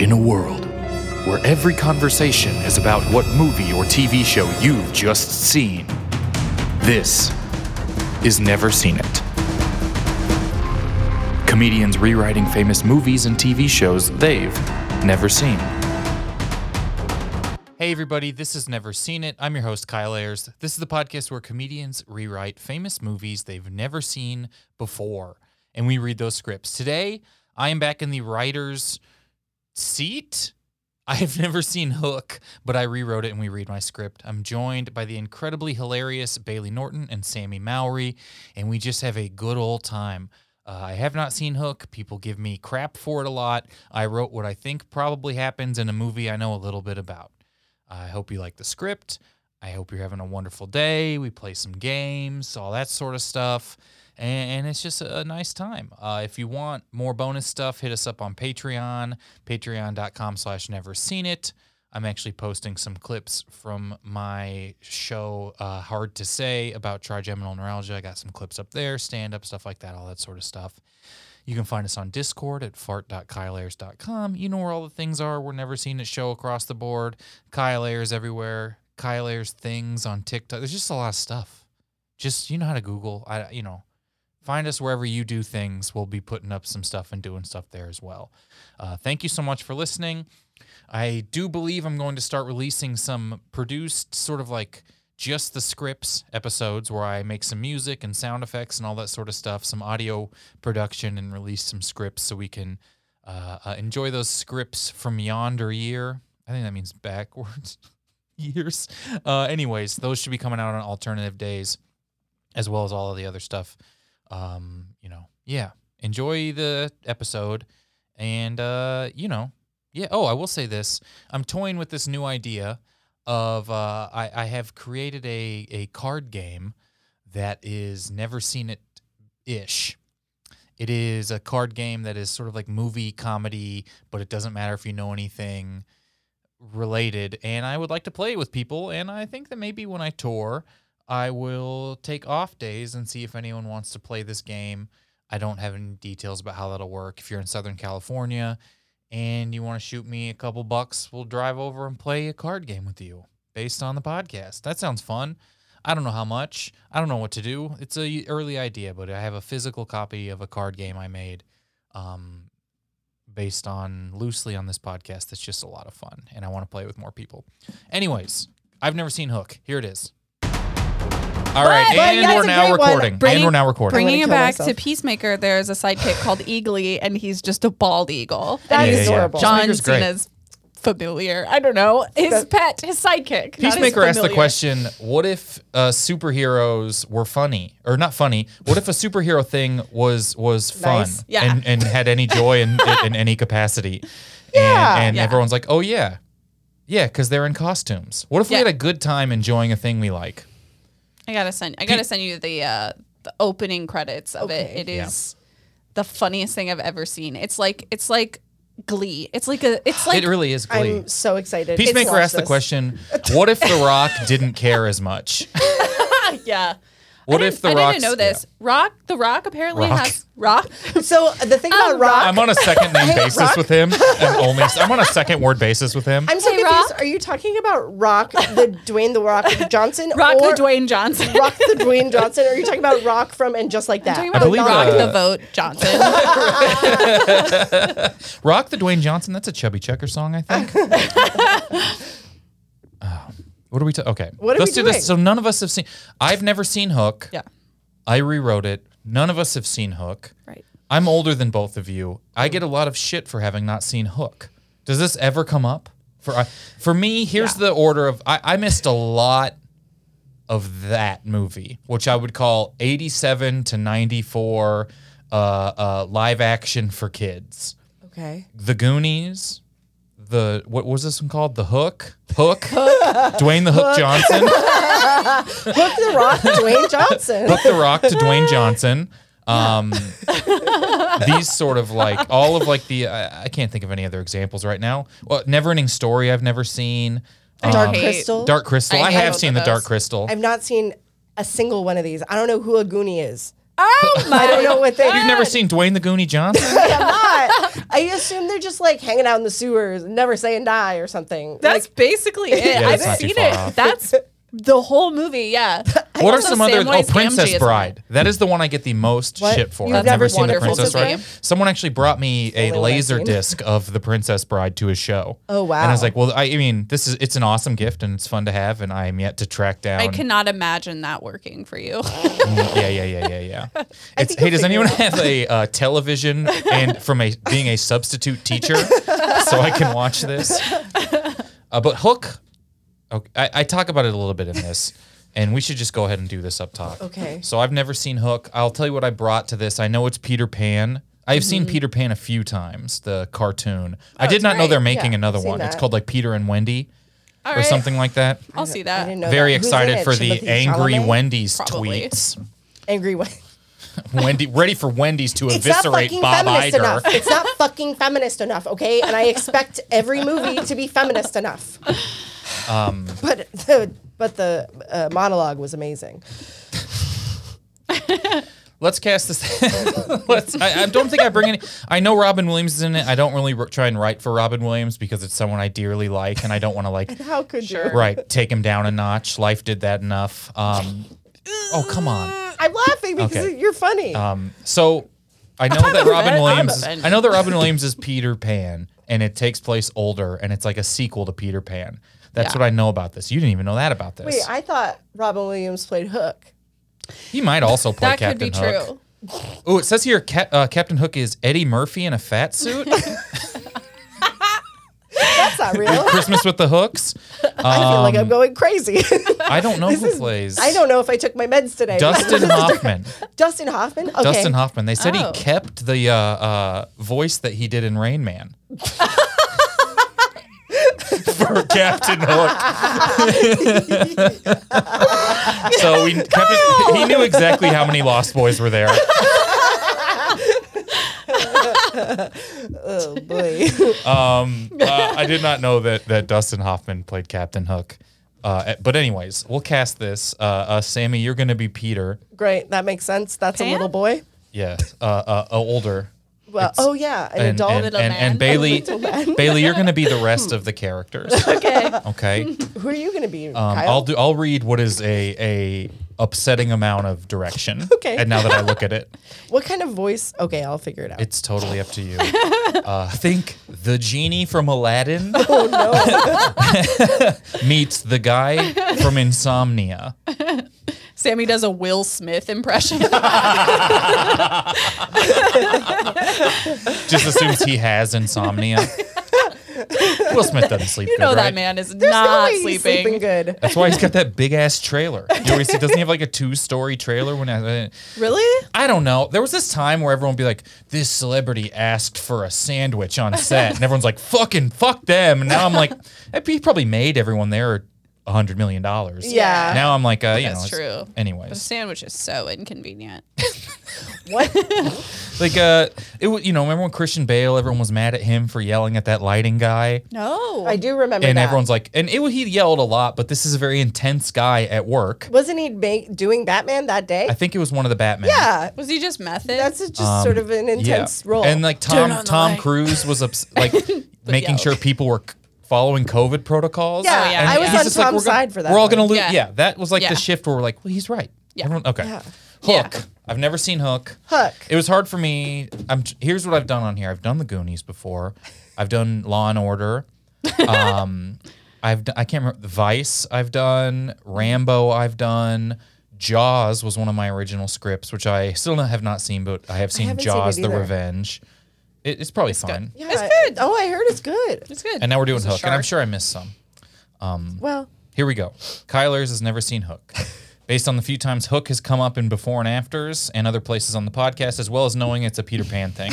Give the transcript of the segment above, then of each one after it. In a world where every conversation is about what movie or TV show you've just seen, this is Never Seen It. Comedians rewriting famous movies and TV shows they've never seen. Hey, everybody, this is Never Seen It. I'm your host, Kyle Ayers. This is the podcast where comedians rewrite famous movies they've never seen before, and we read those scripts. Today, I am back in the writer's seat. I have never seen Hook, but I rewrote it and we read my script. I'm joined by the incredibly hilarious Bailey Norton and Sammy Mowry, and we just have a good old time. Uh, I have not seen Hook. People give me crap for it a lot. I wrote what I think probably happens in a movie I know a little bit about. I hope you like the script. I hope you're having a wonderful day. We play some games, all that sort of stuff. And, and it's just a, a nice time. Uh, if you want more bonus stuff, hit us up on Patreon, patreon.com slash never seen it. I'm actually posting some clips from my show, uh, Hard to Say, about trigeminal neuralgia. I got some clips up there, stand up, stuff like that, all that sort of stuff. You can find us on Discord at fart.kyleayers.com. You know where all the things are. We're never seen it show across the board. Kyle Ayers everywhere. Kyle Ayers things on TikTok. There's just a lot of stuff. Just you know how to Google. I you know, find us wherever you do things. We'll be putting up some stuff and doing stuff there as well. Uh, thank you so much for listening. I do believe I'm going to start releasing some produced sort of like just the scripts episodes where I make some music and sound effects and all that sort of stuff, some audio production and release some scripts so we can uh, uh, enjoy those scripts from yonder year. I think that means backwards years. Uh, anyways, those should be coming out on alternative days as well as all of the other stuff. Um, you know, yeah, enjoy the episode and, uh, you know, yeah. Oh, I will say this. I'm toying with this new idea of uh, I, I have created a, a card game that is never seen it ish. It is a card game that is sort of like movie comedy, but it doesn't matter if you know anything related. And I would like to play it with people. And I think that maybe when I tour, I will take off days and see if anyone wants to play this game. I don't have any details about how that'll work. If you're in Southern California and you want to shoot me a couple bucks, we'll drive over and play a card game with you based on the podcast. That sounds fun. I don't know how much. I don't know what to do. It's a early idea, but I have a physical copy of a card game I made um, based on loosely on this podcast that's just a lot of fun and I want to play it with more people. Anyways, I've never seen Hook. Here it is. All right, But- but and that's we're a now great one. recording. and we're now recording. I'm Bringing gonna it kill back myself. to Peacemaker, there's a sidekick called Eagly, and he's just a bald eagle. That Yeah, is yeah, yeah. adorable. John- John Peacemaker's great. Cena's familiar. I don't know. His pet, his sidekick. not his Peacemaker asked the familiar. question: What if uh, superheroes were funny, or not funny? What if a superhero thing was was fun Nice. Yeah. and, and had any joy in, in any capacity? Yeah. And, and Yeah. everyone's like, "Oh yeah, yeah," because they're in costumes. What if we Yeah. had a good time enjoying a thing we like? I gotta send. I gotta send you the uh, the opening credits of it. It Yeah. is the funniest thing I've ever seen. It's like it's like Glee. It's like a. It's like it really is glee. I'm so excited. Peacemaker asked the question: What if The Rock didn't care as much? yeah. What I if didn't- The I Rock? didn't know this. Rock. The Rock apparently Rock. has rock. So the thing about Um, Rock, I'm on a second name basis Rock. with him. And only I'm on a second word basis with him. I'm so Hey, confused. Rock. Are you talking about Rock the Dwayne the Rock Johnson? Rock or the Dwayne Johnson. Rock the Dwayne Johnson? Or are you talking about Rock from and just like that? Talking I about believe, rock uh, the vote Johnson. Rock the Dwayne Johnson. That's a Chubby Checker song, I think. Oh, what are we? Ta- okay, What are let's we do doing? this. So none of us have seen. I've never seen Hook. Yeah. I rewrote it. None of us have seen Hook. Right. I'm older than both of you. I get a lot of shit for having not seen Hook. Does this ever come up? For I for me, here's the order of I, I missed a lot of that movie, which I would call 87 to 94 uh, uh, live action for kids. okay. The Goonies, the what was this one called? The Hook, Hook, Dwayne the Hook Johnson. uh, Hook the Rock, Dwayne Johnson. Hook the Rock to Dwayne Johnson. Um, these sort of like all of like the I, I can't think of any other examples right now. Well, Neverending Story I've never seen. Dark Um, hate Crystal. Dark Crystal. I, I hate have both seen of the Dark those. Crystal. I've not seen a single one of these. I don't know who a Goonie is. Oh my! I don't know what they. You've never seen Dwayne the Goonie Johnson? I'm not. I assume they're just like hanging out in the sewers, and never saying die or something. That's basically it. Yeah, I've that's not too seen it. far off. That's the whole movie. Yeah. What are Also, some other? Oh, Samwise Gamgee Princess is Bride. That is the one I get the most What? shit for. You've I've never never seen the wonderful Princess Disney? Bride. Someone actually brought me a only one I've laser seen. disc of the Princess Bride to a show. Oh, And I was wow. like, well, I, I mean, this is it's an awesome gift and it's fun to have, and I am yet to track down. I cannot imagine that working for you. Mm, yeah, yeah, yeah, yeah, yeah. It's, think hey, I'll does figure anyone it have a uh, television and from a being a substitute teacher so I can watch this? Uh, but Hook, okay, I, I talk about it a little bit in this, and we should just go ahead and do this up top. Okay. So I've never seen Hook. I'll tell you what I brought to this. I know it's Peter Pan. I've seen Mm-hmm. Peter Pan a few times, the cartoon. I did it's not know great. they're making Oh, Yeah, another I've seen one. It's that. called like Peter and Wendy All or right. something like that. I'll see I that. didn't know. Very that. Who's in excited it? for the Timothy Angry Chalamet? Wendy's Probably. tweets. Angry Wendy. Wendy, ready for Wendy's to It's not eviscerate fucking Bob feminist Iger. enough. It's not fucking feminist enough, okay? And I expect every movie to be feminist enough. Um, but the but the uh, monologue was amazing. Let's cast this. Let's. I, I don't think I bring any. I know Robin Williams is in it. I don't really r- try and write for Robin Williams because it's someone I dearly like, and I don't want to like How could you? right take him down a notch. Life did that enough. Um, oh come on. I'm laughing because Okay. you're funny. Um, so I know that Robin offended. I'm Williams. is- I offended. know that Robin Williams is Peter Pan, and it takes place older, and it's like a sequel to Peter Pan. That's Yeah. what I know about this. You didn't even know that about this. Wait, I thought Robin Williams played Hook. he might also play That could Captain be Hook. true. Oh, it says here Cap- uh, Captain Hook is Eddie Murphy in a fat suit. That's not real. Christmas with the Hooks. Um, I feel like I'm going crazy. I don't know who plays. I don't know if I took my meds today. Dustin Hoffman. Dustin Hoffman. Okay. Dustin Hoffman. They said Oh. he kept the uh, uh, voice that he did in Rain Man. For Captain Hook. so we Captain, he knew exactly how many Lost Boys were there. Oh boy. Um, uh, I did not know that that Dustin Hoffman played Captain Hook. Uh, but anyways, we'll cast this. Uh, uh, Sammy, you're going to be Peter. Great. That makes sense. That's Pan? a little boy. Yeah, uh, uh, uh, older. Well, oh yeah, an And, adult. and, and, Little and, man. Bailey, Bailey, you're going to be the rest of the characters. Okay. Okay, um, Who are you going to be, Kyle? I'll do. I'll read what is a a upsetting amount of direction. Okay. and now that I look at it, what kind of voice? Okay, I'll figure it out. it's totally up to you. Uh, think the genie from Aladdin oh no. meets the guy from Insomnia. Sammy does a Will Smith impression. Just assumes he has insomnia. Will Smith doesn't sleep. you know good, that right? man is There's no not way he's sleeping. sleeping good. That's why he's got that big ass trailer. You always see, doesn't he have like a two story trailer? When I, uh, Really? I don't know. There was this time where everyone would be like, this celebrity asked for a sandwich on set. And everyone's like, fucking fuck them. And now I'm like, he probably made everyone there $100 million. Yeah. Now I'm like, uh, you That's know, it's- true. The Anyways, sandwich is so inconvenient. What? like, uh, it was, you know, remember when Christian Bale, everyone was mad at him for yelling at that lighting guy? No. I do remember And that. everyone's like, and it he yelled a lot, but this is a very intense guy at work. Wasn't he ma- doing Batman that day? I think it was one of the Batman. yeah. Was he just method? That's just sort of an intense role. um, And like Tom on the Tom light. Cruise was ups- like making yeah. sure people were c- following COVID protocols. Yeah, Oh, yeah. And I was he's on just like, Tom's we're gonna- side for that We're all one. gonna lose. Yeah. Yeah. that was like Yeah. the shift where we're like, well, he's right. Yeah. Everyone, okay. Yeah. Hook. Yeah. I've never seen Hook. Hook. It was hard for me. I'm here's what I've done on here. I've done the Goonies before. I've done Law and Order. Um, I've done, I can't remember Vice. I've done Rambo. I've done. Jaws was one of my original scripts, which I still not- have not seen, but I have seen haven't seen Jaws: it The either. Revenge. It, it's probably fun. yeah. It's good. Oh, I heard it's good. it's good. And now we're doing It's a Hook, and I'm shark. sure I missed some. Well, Here we go. Kyler's has never seen Hook. Based on the few times Hook has come up in before and afters and other places on the podcast, as well as knowing it's a Peter Pan thing.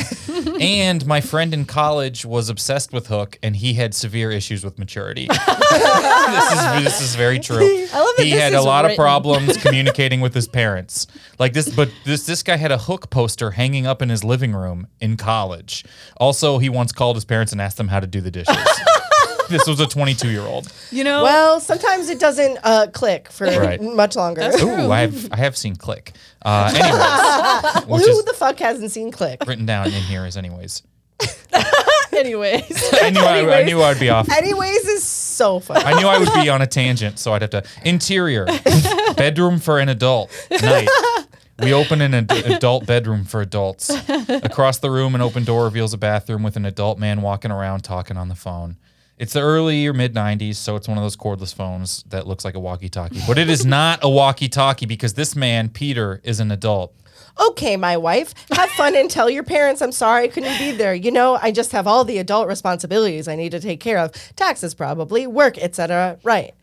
and my friend in college was obsessed with Hook and he had severe issues with maturity. this, is, this is very true. I love that he this had is a lot of written. problems communicating with his parents. Like this, but this this guy had a hook poster hanging up in his living room in college. Also, he once called his parents and asked them how to do the dishes. this was a 22 year old. You know, Well, sometimes it doesn't uh, click for Right. much longer. Ooh, I have I have seen Click. Uh, anyways, which Who is the fuck hasn't seen Click? written down in here is anyways. anyways. I knew I, I knew I'd be off. Anyways, is so funny. I knew I would be on a tangent, so I'd have to. Interior, bedroom for an adult. Night. We open an ad- adult bedroom for adults. Across the room, an open door reveals a bathroom with an adult man walking around talking on the phone. It's the early or mid 90s, so it's one of those cordless phones that looks like a walkie talkie. But it is not a walkie talkie because this man, Peter, is an adult. okay, my wife, have fun and tell your parents I'm sorry I couldn't be there. You know, I just have all the adult responsibilities I need to take care of. Taxes probably, work, etc. Right.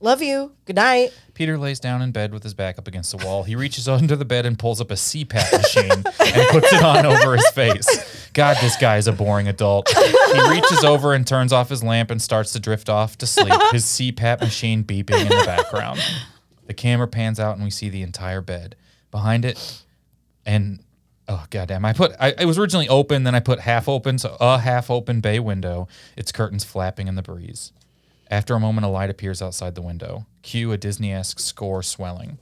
Love you. Good night. Peter lays down in bed with his back up against the wall. He reaches under the bed and pulls up a CPAP machine and puts it on over his face. God, this guy is a boring adult. He reaches over and turns off his lamp and starts to drift off to sleep, his CPAP machine beeping in the background. The camera pans out and we see the entire bed. Behind it, and oh goddamn, I put I, it was originally open, then I put half open, so a half open bay window, its curtains flapping in the breeze. After a moment, a light appears outside the window. Cue a Disney-esque score swelling.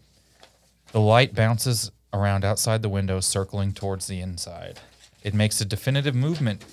The light bounces around outside the window, circling towards the inside. It makes a definitive movement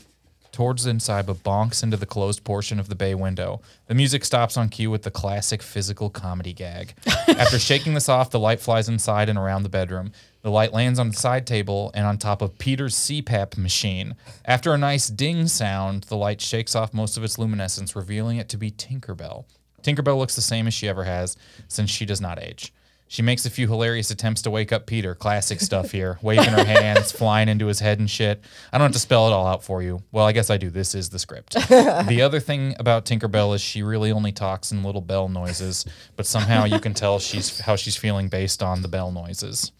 towards the inside, but bonks into the closed portion of the bay window. The music stops on cue with the classic physical comedy gag. After shaking this off, the light flies inside and around the bedroom. The light lands on the side table and on top of Peter's CPAP machine. After a nice ding sound, the light shakes off most of its luminescence, revealing it to be Tinkerbell. Tinkerbell looks the same as she ever has, since she does not age. She makes a few hilarious attempts to wake up Peter, classic stuff here, waving her hands, flying into his head and shit. I don't have to spell it all out for you. Well, I guess I do. This is the script. the other thing about Tinkerbell is she really only talks in little bell noises, but somehow you can tell she's how she's feeling based on the bell noises.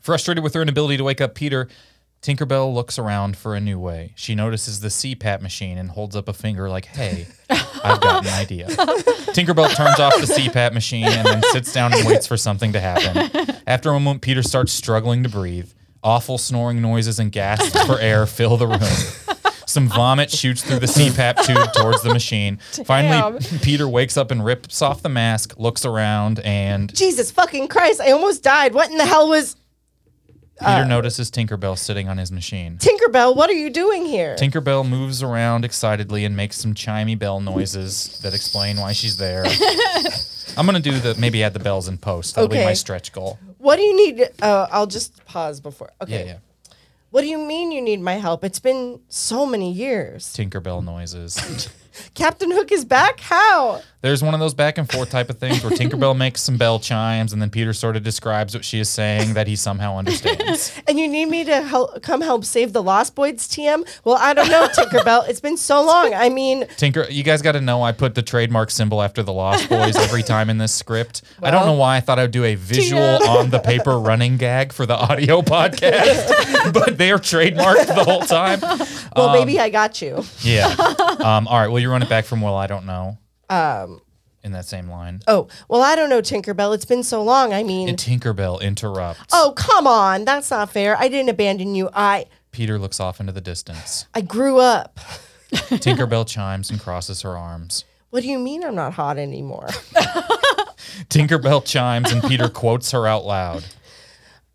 Frustrated with her inability to wake up Peter, Tinkerbell looks around for a new way. She notices the CPAP machine and holds up a finger like, hey, I've got an idea. Tinkerbell turns off the CPAP machine and then sits down and waits for something to happen. After a moment, Peter starts struggling to breathe. Awful snoring noises and gasps for air fill the room. Some vomit shoots through the CPAP tube towards the machine. Finally, Peter wakes up and rips off the mask, looks around, and Jesus fucking Christ, I almost died. What in the hell was Peter notices Tinkerbell sitting on his machine. Tinkerbell? What are you doing here? Tinkerbell moves around excitedly and makes some chimey bell noises that explain why she's there. I'm gonna do the maybe add the bells in post. That'll be my Okay. stretch goal. what do you need? Uh, I'll just pause before. Okay. Yeah, yeah. What do you mean you need my help? It's been so many years. Tinkerbell noises. Captain Hook is back? How? There's one of those back and forth type of things where Tinkerbell makes some bell chimes and then Peter sort of describes what she is saying that he somehow understands. And you need me to help come help save the Lost Boys TM? Well, I don't know, Tinkerbell. It's been so long. I mean, Tinker, you guys got to know I put the trademark symbol after the Lost Boys every time in this script. I don't know why I thought I would do a visual on the paper running gag for the audio podcast, but they are trademarked the whole time. well, maybe I got you. Yeah. Um, all right. Well, you run it back from well, I don't know. Um, in that same line. Oh, well, I don't know, Tinkerbell. It's been so long. I mean, And Tinkerbell interrupts. oh, come on. That's not fair. I didn't abandon you. I Peter looks off into the distance. I grew up. Tinkerbell chimes and crosses her arms. What do you mean I'm not hot anymore? Tinkerbell chimes and Peter quotes her out loud.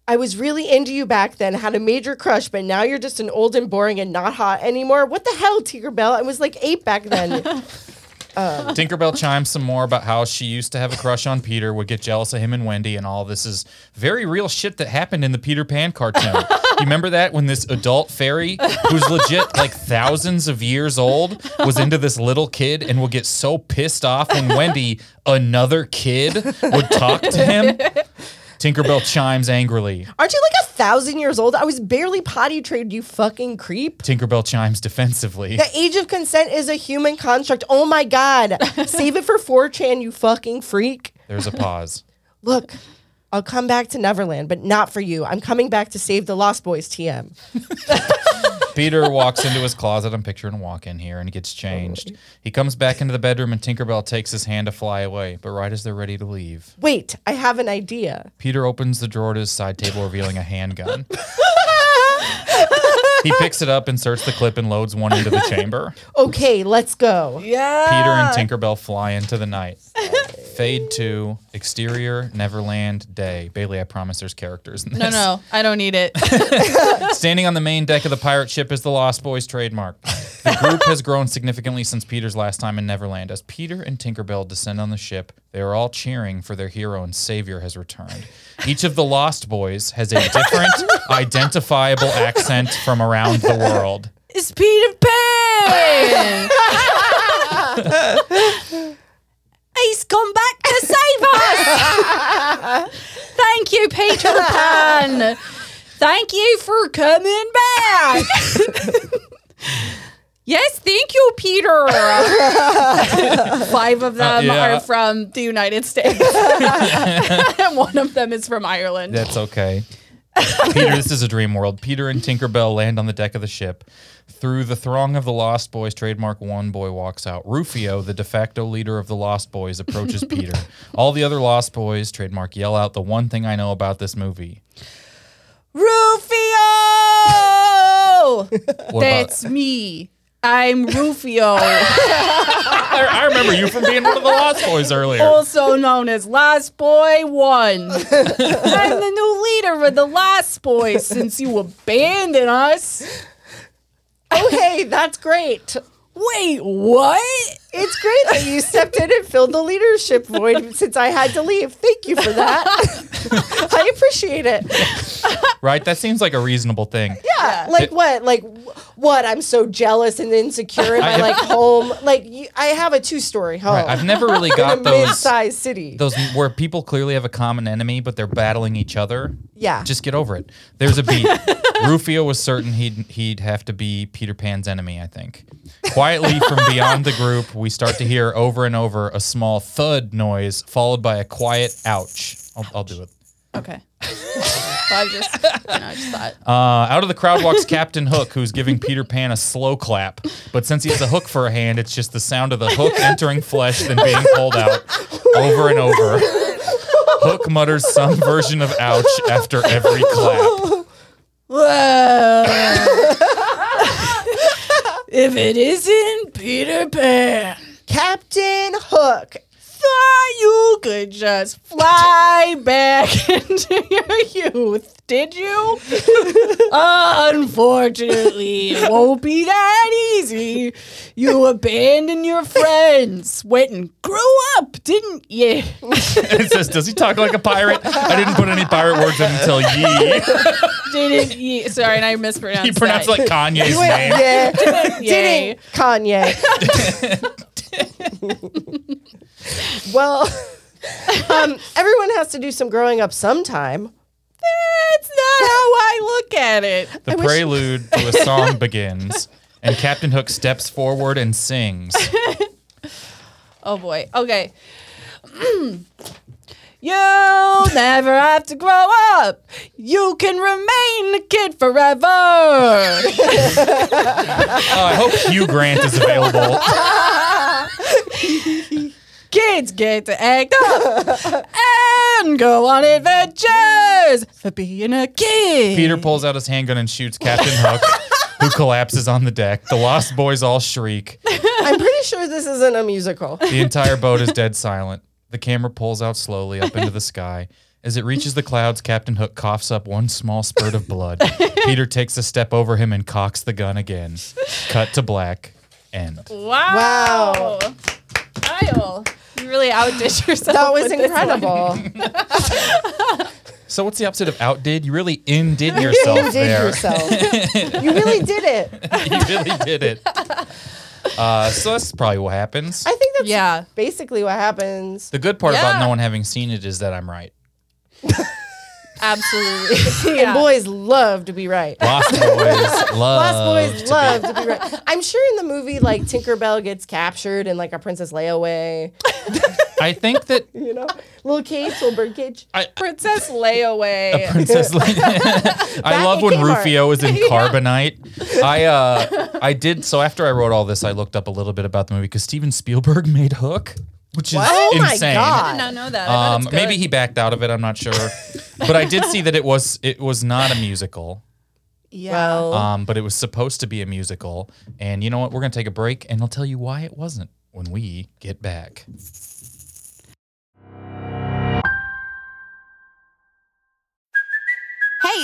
I was really into you back then, had a major crush, but now you're just an old and boring and not hot anymore. What the hell, Tinkerbell? I was like eight back then. Tinkerbell chimes some more about how she used to have a crush on Peter, would get jealous of him and Wendy, and all this is very real shit that happened in the Peter Pan cartoon. you remember that when this adult fairy, who's legit like thousands of years old, was into this little kid and will get so pissed off when Wendy, another kid, would talk to him? Tinkerbell chimes angrily. Aren't you like a thousand years old? I was barely potty trained, you fucking creep. Tinkerbell chimes defensively. The age of consent is a human construct. Oh my God. Save it for 4chan, you fucking freak. There's a pause. Look, I'll come back to Neverland, but not for you. I'm coming back to save the Lost Boys TM. Peter walks into his closet. I'm picturing him walk in here and he gets changed. He comes back into the bedroom and Tinkerbell takes his hand to fly away. But right as they're ready to leave, Wait, I have an idea. Peter opens the drawer to his side table, revealing a handgun. he picks it up, inserts the clip, and loads one into the chamber. Okay, let's go. Peter Yeah. Ah. and Tinkerbell fly into the night. Fade to exterior Neverland day. Bailey, I promise there's characters in this. No, no, I don't need it. Standing on the main deck of the pirate ship is the Lost Boys trademark. The group has grown significantly since Peter's last time in Neverland. As Peter and Tinkerbell descend on the ship, they are all cheering for their hero and savior has returned. Each of the Lost Boys has a different, identifiable accent from around the world. It's Peter Pan. He's come back to save us. Thank you, Peter Pan. Thank you for coming back. yes, thank you, Peter. Five of them yeah. are from the United States, and one of them is from Ireland. That's okay. Peter, this is a dream world. Peter and Tinkerbell land on the deck of the ship. Through the throng of the Lost Boys, trademark one boy walks out. Rufio, the de facto leader of the Lost Boys, approaches Peter. All the other Lost Boys, trademark, yell out the one thing I know about this movie. Rufio. What That's me. I'm Rufio, about, I, I remember you from being one of the Lost Boys earlier. also known as Last Boy One. I'm the new leader of the Last Boys since you abandoned us. Okay, Oh, that's great. Wait, what? It's great that you stepped in and filled the leadership void since I had to leave. Thank you for that. I appreciate it. Right? That seems like a reasonable thing. Yeah, like what? Like wh- what? I'm so jealous and insecure in my I- like home. Like you, I have a two story home. Right. I've never really in got a those mid-sized city. those where people clearly have a common enemy, but they're battling each other. Yeah. just get over it. There's a beat. Rufio was certain he'd he'd have to be Peter Pan's enemy. I think. Quietly from beyond the group, we start to hear over and over a small thud noise, followed by a quiet ouch. I'll, I'll do it. Okay. I just, you know, I just thought. Uh, out of the crowd walks Captain Hook, who's giving Peter Pan a slow clap. But since he has a hook for a hand, it's just the sound of the hook entering flesh, then being pulled out over and over. Hook mutters some version of ouch after every clap. If it isn't Peter Pan, Captain Hook. thought you could just fly back into your youth, did you? Unfortunately, it won't be that easy. You abandoned your friends, went and grew up, didn't you? It says, Does he talk like a pirate? I didn't put any pirate words in until ye. Didn't you? Sorry, and I mispronounced. He pronounced that. like Kanye's Wait, name. yeah, Yay. didn't Kanye. well, um, everyone has to do some growing up sometime. That's not how I look at it. The prelude to a song begins, and Captain Hook steps forward and sings. Oh boy. Okay. You'll never have to grow up. You can remain a kid forever. Oh, I hope Hugh Grant is available. Kids get to act up and go on adventures for being a kid. Peter pulls out his handgun and shoots Captain Hook, who collapses on the deck. The Lost Boys all shriek. I'm pretty sure this isn't a musical. The entire boat is dead silent. The camera pulls out slowly up into the sky. As it reaches the clouds, Captain Hook coughs up one small spurt of blood. Peter takes a step over him and cocks the gun again. Cut to black. End. Wow. Kyle, you really outdid yourself. That was with this one. incredible. So what's the opposite of outdid? You really indid yourself You did there. yourself. you really did it. you really did it. Uh, so that's probably what happens. I think that's Yeah. basically what happens. The good part Yeah. about no one having seen it is that I'm right. Absolutely. And boys love to be right. Lost Boys love. Lost boys love to be right. I'm sure in the movie, like Tinkerbell gets captured in like a Princess Leia way. I think that You know, little cage, little bird cage. I, Princess Layaway. Princess Leia. I love when Kmart. Rufio is in Carbonite. I uh, I did so after I wrote all this, I looked up a little bit about the movie because Steven Spielberg made Hook, which is Oh my insane. I god! did not know that. I bet Um, it's good. maybe he backed out of it. I'm not sure, but I did see that it was it was not a musical. Yeah. Well, Oh. Um, but it was supposed to be a musical. And you know what? We're gonna take a break, and I'll tell you why it wasn't when we get back. Hey,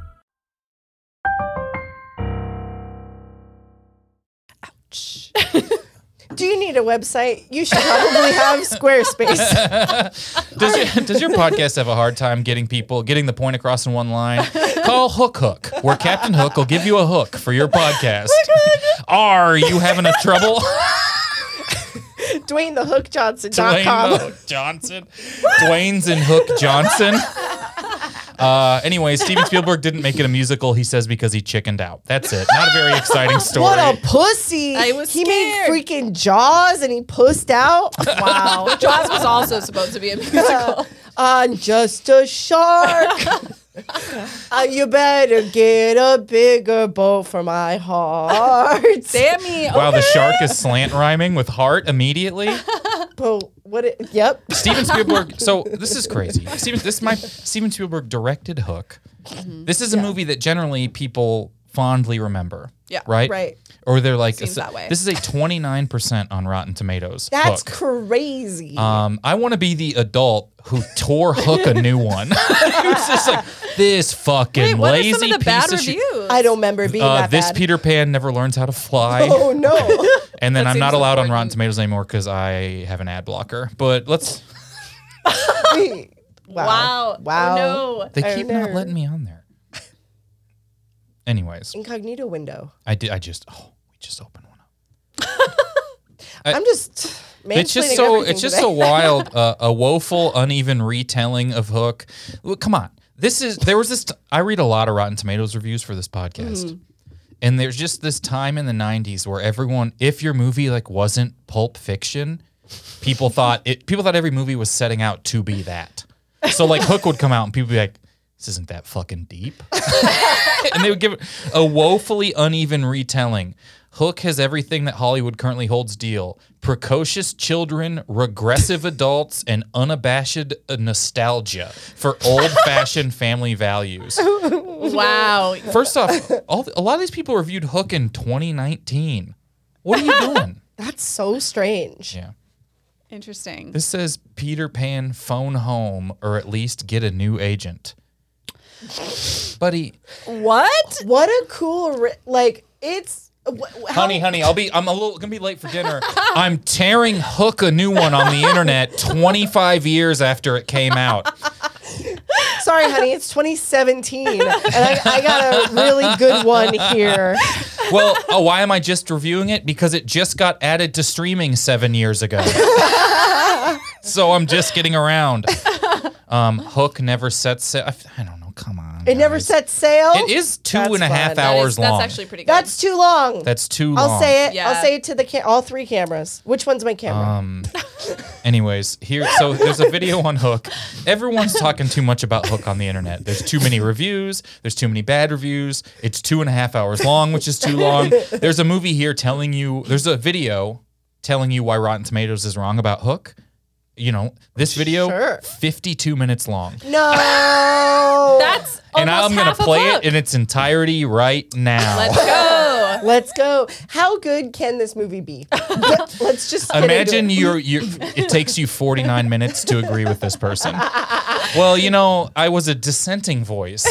do you need a website? You should probably have Squarespace. Does your, does your podcast have a hard time getting people getting the point across in one line? Call Hook Hook, where Captain Hook will give you a hook for your podcast. Are you having a trouble? Dwayne the Dwayne Hook Johnson.com. the Hook Johnson, Dwayne's and Hook Johnson. Uh, anyway, Steven Spielberg didn't make it a musical. He says because he chickened out. That's it. Not a very exciting story. What a pussy! I was he scared. made freaking Jaws and he pussed out. Wow. Jaws was also supposed to be a musical. I'm just a shark. Uh, you better get a bigger boat for my heart. Sammy. Wow, the shark is slant rhyming with heart immediately. Boat. What? It, yep. Steven Spielberg. So this is crazy. Steven, this is my Steven Spielberg directed Hook. Mm-hmm. This is a movie that generally people fondly remember. Yeah, Right. right. Or they're like, Seems that way. this is a 29% on Rotten Tomatoes. That's Hook. crazy. Um, I want to be the adult who tore Hook a new one. it's just like this fucking Wait, what lazy are some of the piece bad of shit. reviews? I don't remember being Uh, that this bad. Peter Pan never learns how to fly. oh no. And then I'm not seems allowed on Rotten important. Tomatoes anymore because I have an ad blocker. But let's. Wait. Wow. Wow. Wow. Oh, no. They Oh, keep not no. letting me on there. Anyways, Incognito window. I did. I just. Oh, we just opened one up. I'm just. It's just mansplaining so. everything It's just today. so wild. Uh, a woeful, uneven retelling of Hook. Well, come on. This is. There was this. T- I read a lot of Rotten Tomatoes reviews for this podcast. Mm-hmm. And there's just this time in the 90s where everyone, if your movie like wasn't Pulp Fiction, people thought it. People thought every movie was setting out to be that. So like Hook would come out and people would be like, "This isn't that fucking deep," and they would give it a woefully uneven retelling. Hook has everything that Hollywood currently holds deal: precocious children, regressive adults, and unabashed uh, nostalgia for old-fashioned family values. Wow. First off, all, a lot of these people reviewed Hook in 2019. What are you doing? That's so strange. Yeah. Interesting. This says Peter Pan phone home or at least get a new agent. Buddy, What? What a cool. Ri- like it's. wh- wh- how- honey, honey, I'll be I'm a little gonna be late for dinner. I'm tearing Hook a new one on the internet 25 years after it came out. Sorry, honey. It's 2017, and I, I got a really good one here. Well, oh, why am I just reviewing it? Because it just got added to streaming seven years ago. so I'm just getting around. Um, Hook never sets. sa- I f- I don't know. Come on. It never guys. sets sail. It is two That's and a half fun. That hours That is, that's long. actually pretty good. That's too long. That's too long. Um. I'll say it. Yeah. I'll say it to the ca- all three cameras. Which one's my camera? Anyways, here so there's a video on Hook. Everyone's talking too much about Hook on the internet. There's too many reviews. There's too many bad reviews. It's two and a half hours long, which is too long. There's a movie here telling you. There's a video telling you why Rotten Tomatoes is wrong about Hook. You know, this video, Sure. 52 minutes long. no. That's and almost I'm going Oh, half to a play book. it in its entirety right now. Let's go. Let's go. How good can this movie be? Let's just get into Imagine it. you're, you it takes you 49 minutes to agree with this person. Well, you know, I was a dissenting voice,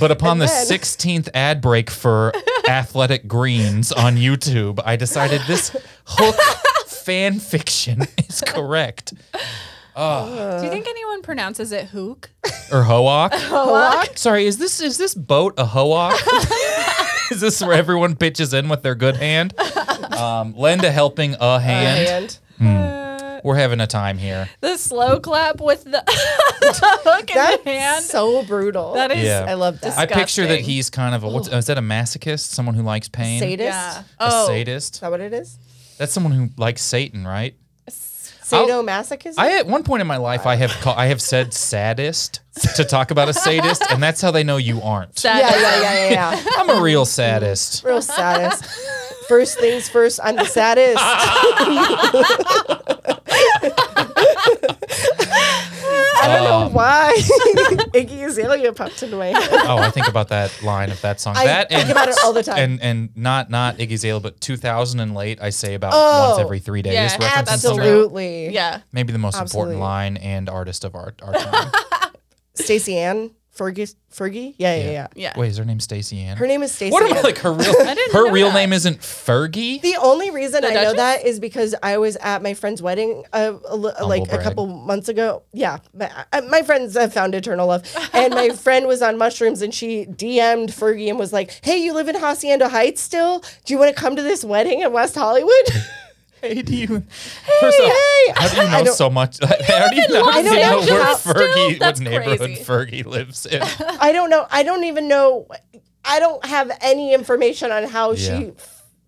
but upon the 16th ad break for Athletic Greens on YouTube, I decided this hook fan fiction is correct. Do you think anyone pronounces it hook? Or hoak. Hoak. Sorry, is this is this boat a hoak? is this where everyone pitches in with their good hand? Um, lend a helping a hand. And We're having a time here. Uh, The slow clap with the, the hook in that's the hand. so brutal. That is Yeah. I love that. I picture that Disgusting. he's kind of a what's is that a masochist? Someone who likes pain? Sadist. yeah. A Is Oh, sadist? that what it is? That's someone who likes Satan, right? I'll- Sadomasochism. I at one point in my life I have call, I have said sadist to talk about a sadist, and that's how they know you aren't. that yeah, yeah, yeah, yeah, yeah. I'm a real sadist. Real saddest. First things first, I'm the saddest. I don't know Um, why Iggy Azalea popped into my head. Oh, I think about that line of that song. I that think and, about it all the time. And and not not Iggy Azalea, but 2000 and late. I say about once Oh, every three days. yeah, referencing absolutely. someone. Absolutely. yeah. Maybe the most Absolutely. important line and artist of our, our time. Stacey Ann Fergus Fergie. Yeah, yeah, yeah. Yeah. Wait, is her name Stacey Ann? Her name is Stacey. What Ann. am I like? Her real her real name isn't Fergie. The only reason I know Duchess? that is because I was at my friend's wedding uh, a li- like a brag. couple months ago. Yeah, my, I- my friends have found eternal love, and my friend was on mushrooms, and she DM'd Fergie and was like, "Hey, you live in Hacienda Heights still? Do you want to come to this wedding in West Hollywood?" Hey, do you? first off, hey. how do you I know don't- so much? how do you know, Los do you know Angeles where still? Fergie, what That's neighborhood crazy. Fergie lives in? I don't know. I don't even know. I don't have any information on how Yeah. she.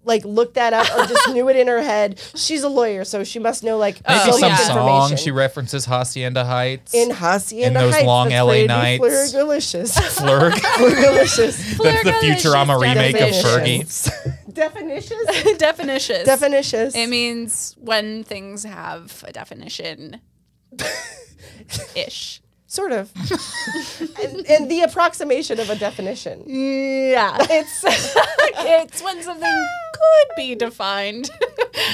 Like looked that up or just knew it in her head. She's a lawyer, so she must know like Maybe so some much song information. she references Hacienda Heights. in Hacienda In those Heights, long that's LA pretty nights. fleur- Delicious. Flurg. Fleur- delicious. That's the Flurgalicious Futurama remake of definition. Fergie. Definitions. Definitions. Definitions. It means when things have a definition. Ish. sort of. and, and the approximation of a definition. Yeah. It's it's when something could be defined.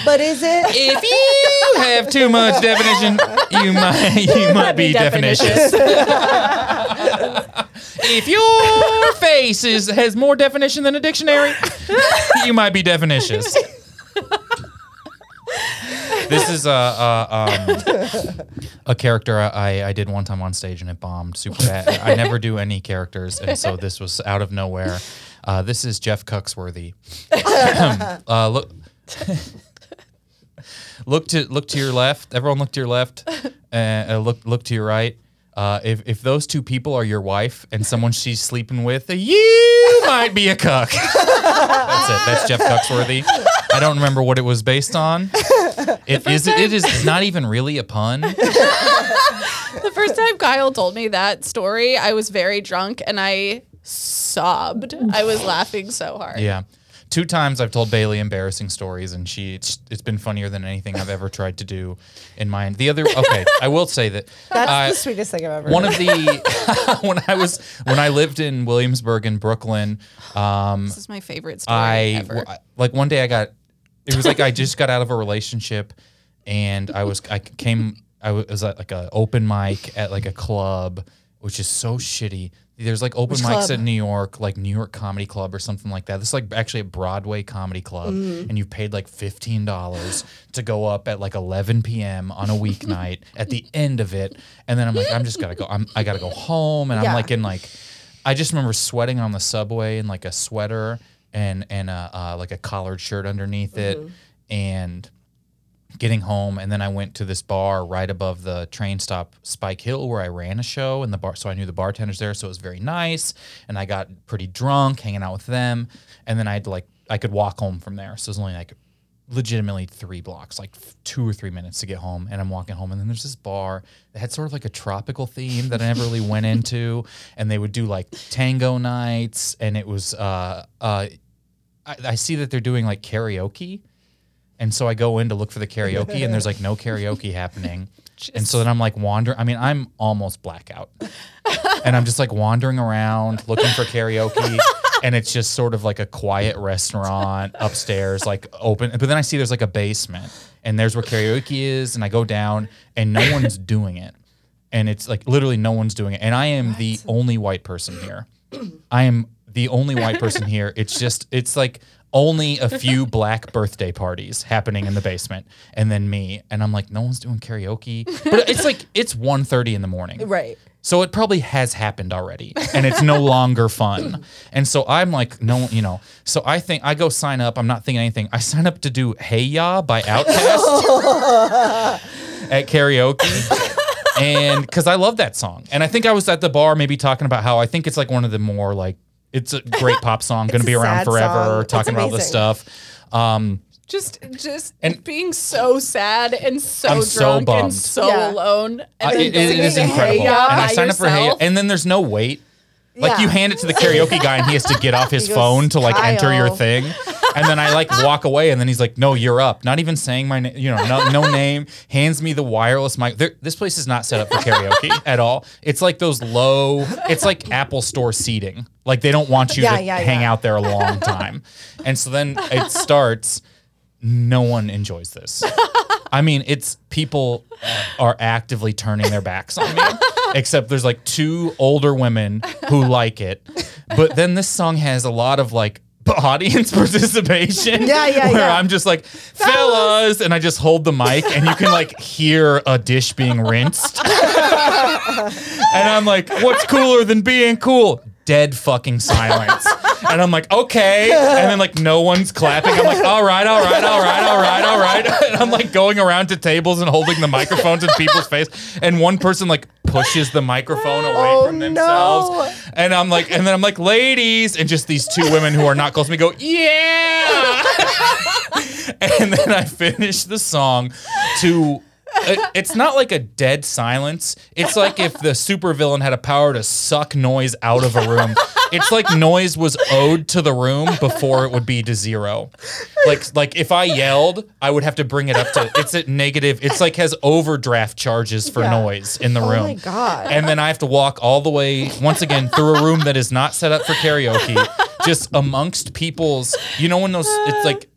But is it? If you have too much definition, you might you might be definitions. if your face is has more definition than a dictionary, you might be definitions. this is a a, um, a character I, I did one time on stage and it bombed super bad. I never do any characters, and so this was out of nowhere. Uh, this is Jeff Cuxworthy. uh, look, look to look to your left. Everyone, look to your left. Uh, uh, look look to your right. Uh, if if those two people are your wife and someone she's sleeping with, you might be a cuck. That's it. That's Jeff Cuxworthy. I don't remember what it was based on. It is it is not even really a pun. the first time Kyle told me that story, I was very drunk and I sobbed. I was laughing so hard. Yeah. Two times I've told Bailey embarrassing stories, and she it's, it's been funnier than anything I've ever tried to do in mine. The other okay, I will say that That's uh, the sweetest thing I've ever. one of the when I was when I lived in Williamsburg in Brooklyn, um, This is my favorite story I ever. w- I- like one day I got it was like I just got out of a relationship and I was I came I wa- was at like a open mic at like a club which is so shitty. There's like open mics club? at New York, like New York Comedy Club or something like that. This is like actually a Broadway comedy club, and you paid like fifteen dollars to go up at like eleven p.m. on a weeknight at the end of it, and then I'm like, I'm just gotta go. I'm I gotta go home, and I'm Yeah. like in like I just remember sweating on the subway in like a sweater and and a, uh, like a collared shirt underneath it, and getting home and then I went to this bar right above the train stop Spike Hill where I ran a show and the bar so I knew the bartenders there so it was very nice and I got pretty drunk hanging out with them and then I'd like I could walk home from there so it was only like legitimately three blocks like f- two or three minutes to get home and I'm walking home and then there's this bar that had sort of like a tropical theme that I never really went into and they would do like tango nights and it was uh uh I, I see that they're doing like karaoke and so I go in to look for the karaoke, and there's like no karaoke happening. And so then I'm like wandering. I mean, I'm almost blackout, and I'm just like wandering around looking for karaoke. and it's just sort of like a quiet restaurant upstairs, like open. But then I see there's like a basement, and there's where karaoke is, and I go down, and no one's doing it, and it's like literally no one's doing it, and I am the only white person here. I am the only white person here. It's just it's like only a few black birthday parties happening in the basement and then me and I'm like no one's doing karaoke but it's like it's 1:30 in the morning Right. so it probably has happened already and it's no longer fun. And so I'm like, no, you know, so I think I go sign up. I'm not thinking anything. I sign up to do Hey Ya by Outkast at karaoke. And because I love that song. And I think I was at the bar maybe talking about how I think it's like one of the more like, it's a great pop song, going to be a around sad forever, song. It's talking about all this amazing. stuff. Um, Just, just And- being so sad and so I'm drunk so bummed. and so Yeah. alone. Uh, And it- it singing is Hey incredible. Ya and I by sign up for Hey, yourself. and then there's no wait. Like Yeah. you hand it to the karaoke guy, and he has to get off his He goes, phone to like enter your "Kyle." thing, and then I like walk away, and then he's like, "No, you're up." Not even saying my name, you know, no, no name. Hands me the wireless mic. There, this place is not set up for karaoke at all. It's like those low. It's like Apple Store seating. Like they don't want you Yeah, to yeah, hang yeah. out there a long time, and so then it starts. No one enjoys this. I mean, it's people are actively turning their backs on me. Except there's like two older women who like it. But then this song has a lot of like audience participation. Yeah, yeah, Where yeah. I'm just like, fellas, and I just hold the mic and you can like hear a dish being rinsed. And I'm like, what's cooler than being cool? Dead fucking silence. And I'm like, okay. And then like no one's clapping. I'm like, all right, all right, all right, all right, all right. And I'm like going around to tables and holding the microphones in people's face. And one person like pushes the microphone away Oh, from themselves. no. And I'm like, and then I'm like, ladies, and just these two women who are not close to me go, yeah. and then I finish the song to. it- It's not like a dead silence. It's like if the supervillain had a power to suck noise out of a room. It's like noise was owed to the room before it would be to zero. Like like if I yelled, I would have to bring it up to it's at negative. It's like has overdraft charges for noise in the room. Oh my God. And then I have to walk all the way once again through a room that is not set up for karaoke, just amongst people's. You know when those it's like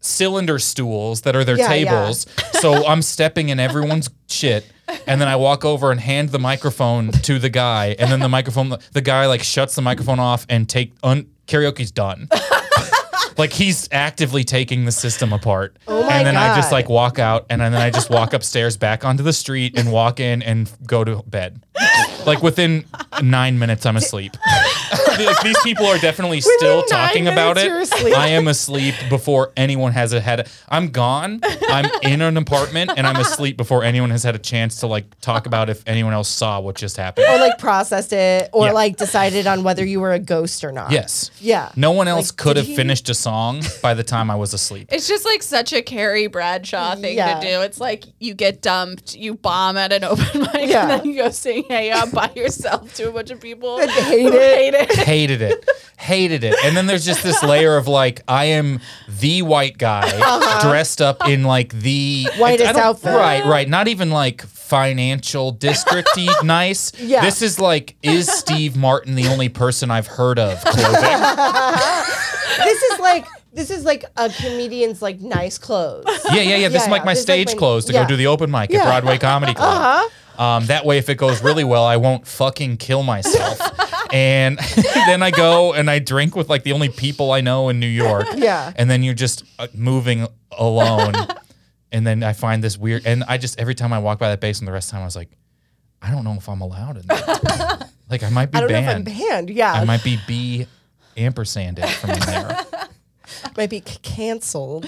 cylinder stools that are their Yeah, yeah. tables. So I'm stepping in everyone's shit. And then I walk over and hand the microphone to the guy, and then the microphone, the guy like shuts the microphone off and take un, karaoke's done. like he's actively taking the system apart. Oh my and then I just God. like walk out, and then I just walk upstairs back onto the street and walk in and go to bed. like within nine minutes, I'm asleep. like these people are definitely still nine talking about minutes, it. you're asleep. I am asleep before anyone has a had. A, I'm gone. I'm in an apartment and I'm asleep before anyone has had a chance to like talk about if anyone else saw what just happened. Or like processed it or Yeah. like decided on whether you were a ghost or not. yes. Yeah. No one else Like, could did have he- finished a song by the time I was asleep. It's just like such a Carrie Bradshaw thing Yeah. to do. It's like you get dumped, you bomb at an open mic, Yeah. and then you go sing "Hey Ya" by yourself to a bunch of people. Hate it. Hate it. hated it hated it and then there's just this layer of like i am the white guy dressed up in like the Uh-huh. Whitest I don't- outfit. right right not even like financial districty nice Yeah. this is like is steve martin the only person i've heard of clothing This is like this is like a comedian's like nice clothes. yeah yeah yeah this is Yeah, like my this is like stage when- clothes to yeah. go do the open mic at Yeah. Uh-huh. broadway comedy club Huh? Um, that way, if it goes really well, I won't fucking kill myself. and then I go and I drink with like the only people I know in New York. Yeah. And then you're just uh, moving alone. and then I find this weird. And I just every time I walk by that basement, the rest of the time I was like, I don't know if I'm allowed in there. like I might be I don't know if banned. I'm banned. Yeah. I might be B ampersanded from in there. might be c- canceled.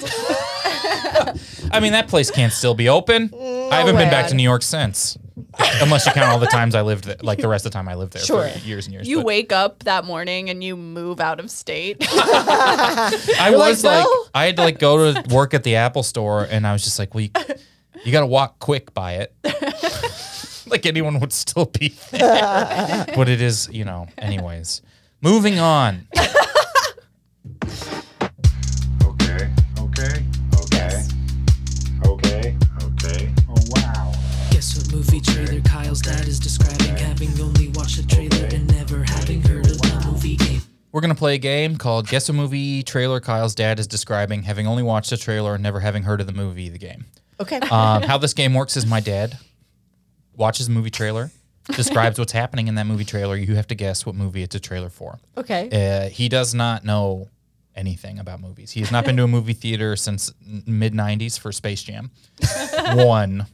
I mean, that place can't still be open. I haven't been back way. to New York since. Unless you count all the times I lived there, like the rest of the time I lived there Sure. for years and years. You but- wake up that morning and you move out of state. I like, was like, "Well?" I had to like go to work at the Apple store, and I was just like, well, you, you got to walk quick by it. like anyone would still be there. but it is, you know, anyways. Moving on. Okay, okay, okay. Okay, okay. Oh, wow. Guess what movie trailer Kyle's dad is describing? Having only watched the trailer and never having heard of the movie game. We're going to play a game called Guess a Movie Trailer Kyle's Dad is Describing, having only watched the trailer and never having heard of the movie, the game. Okay. Um, how this game works is my dad watches a movie trailer, describes what's happening in that movie trailer. You have to guess what movie it's a trailer for. okay. Uh, he does not know anything about movies. He has not been to a movie theater since mid 90s for Space Jam 1.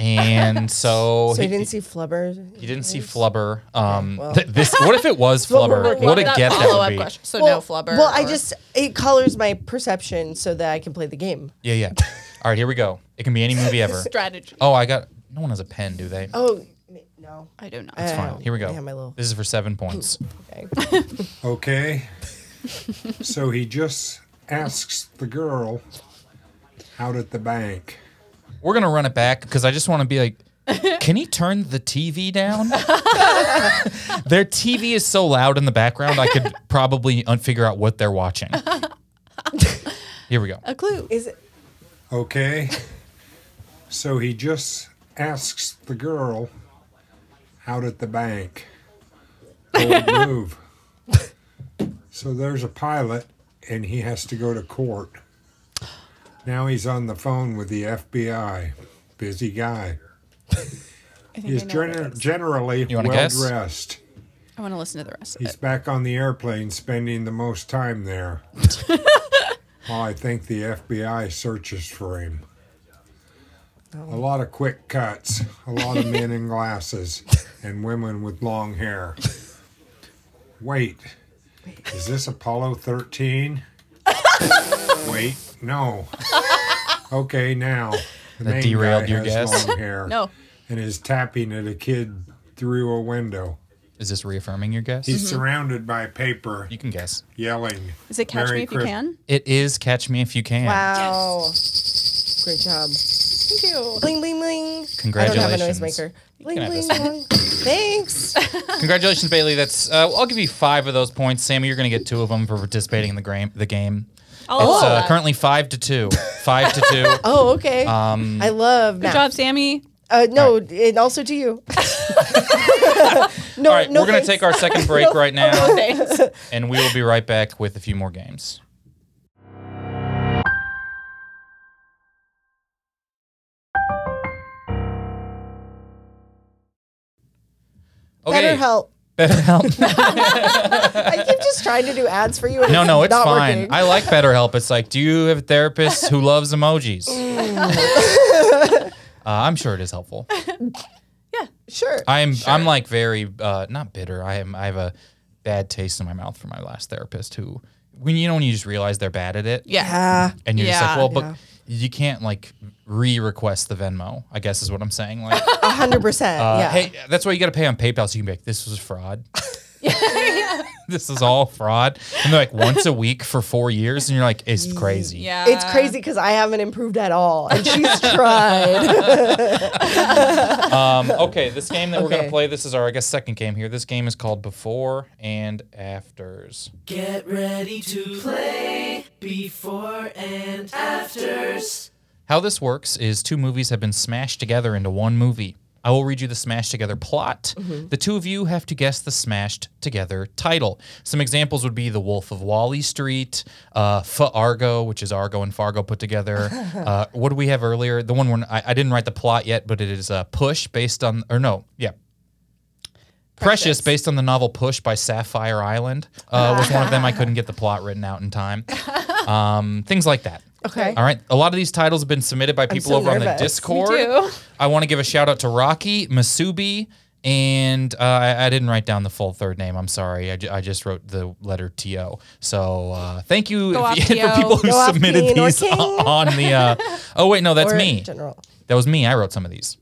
And so, so you he, didn't see Flubber? he didn't see Flubber. Um, th- this what if it was Flubber? What a get that Follow would up be. question. So no flubber. Well, I or- just it colors my perception so that I can play the game. Yeah, yeah. All right, here we go. It can be any movie ever. strategy. Oh, I got. No one has a pen, do they? Oh no. I don't know. It's fine. Here we go. yeah, my little- This is for seven points. Okay. so he just asks the girl out at the bank. We're gonna run it back because I just want to be like, can he turn the TV down? Their TV is so loud in the background, I could probably un- figure out what they're watching. Here we go. A clue. Is it Okay. so he just asks the girl out at the bank. Bold move. So there's a pilot, and he has to go to court. Now he's on the phone with the FBI. Busy guy. He's gener- generally You well wanna guess? dressed. I want to listen to the rest of He's it. back on the airplane, spending the most time there. While I think the FBI searches for him. A lot of quick cuts, a lot of men in glasses, and women with long hair. Wait, is this Apollo 13? Wait, no. Okay, now. The That main derailed guy your has guess? Long hair No. And is tapping at a kid through a window. Is this reaffirming your guess? Mm-hmm. He's surrounded by paper You can guess. yelling. Is it Catch "Merry Me If You Christ-" Can? It is Catch Me If You Can. wow. Great job. Thank you. Bling bling bling. I don't have a Congratulations. noisemaker. Bling can have bling this bling. Thanks. Congratulations, Bailey. That's uh, I'll give you five of those points. Sammy, you're going to get two of them for participating in the game. The game. it's uh, currently five to two. Five to two. Oh, okay. Um, I love Good math. job, Sammy. Uh, no, and also to you. no, All right, no we're going to thanks. take our second break right now, Thanks. and we will be right back with a few more games. Better help. BetterHelp. I keep just trying to do ads for you. And No, no, it's not fine. Working. I like BetterHelp. It's like, do you have a therapist who loves emojis? uh, Mm. I'm sure it is helpful. sure. I'm I'm like very uh, not bitter. I am I have a bad taste in my mouth from my last therapist who when you know when you just realize they're bad at it. Yeah. Ah, And you're just like, Yeah. well, but you can't like re-request the Venmo, I guess is what I'm saying. Like a hundred percent. uh, Yeah. hey, that's why you gotta pay on PayPal so you can be like, this was fraud. this is all fraud. And they're like once a week for four years, and you're like, it's crazy. Yeah. It's crazy because I haven't improved at all, and she's tried. Um, okay, this game that we're gonna Okay. play, this is our I guess second game here. This game is called Before and Afters. Get ready to play before and afters. How this works is two movies have been smashed together into one movie. I will read you the smashed together plot. The two of you have to guess the smashed together title. Some examples would be The Wolf of Wally Street, uh, Fa Argo, which is Argo and Fargo put together. uh, what do we have earlier? The one where I, I didn't write the plot yet, but it is uh, Push based on, or no, yeah. Precious. based on the novel Push by Sapphire Island, uh, was one of them I couldn't get the plot written out in time. Um, things like that. Okay. All right. A lot of these titles have been submitted by people so over on nervous. the Me Discord. too. I want to give a shout out to Rocky, Masubi, and uh, I, I didn't write down the full third name. I'm sorry. I, ju- I just wrote the letter T.O. So uh, thank you Go if- off, for T.O. people who Go off, submitted Teen or these King. o- on the. Uh, oh, wait. No, that's Or me. General. That was me. I wrote some of these.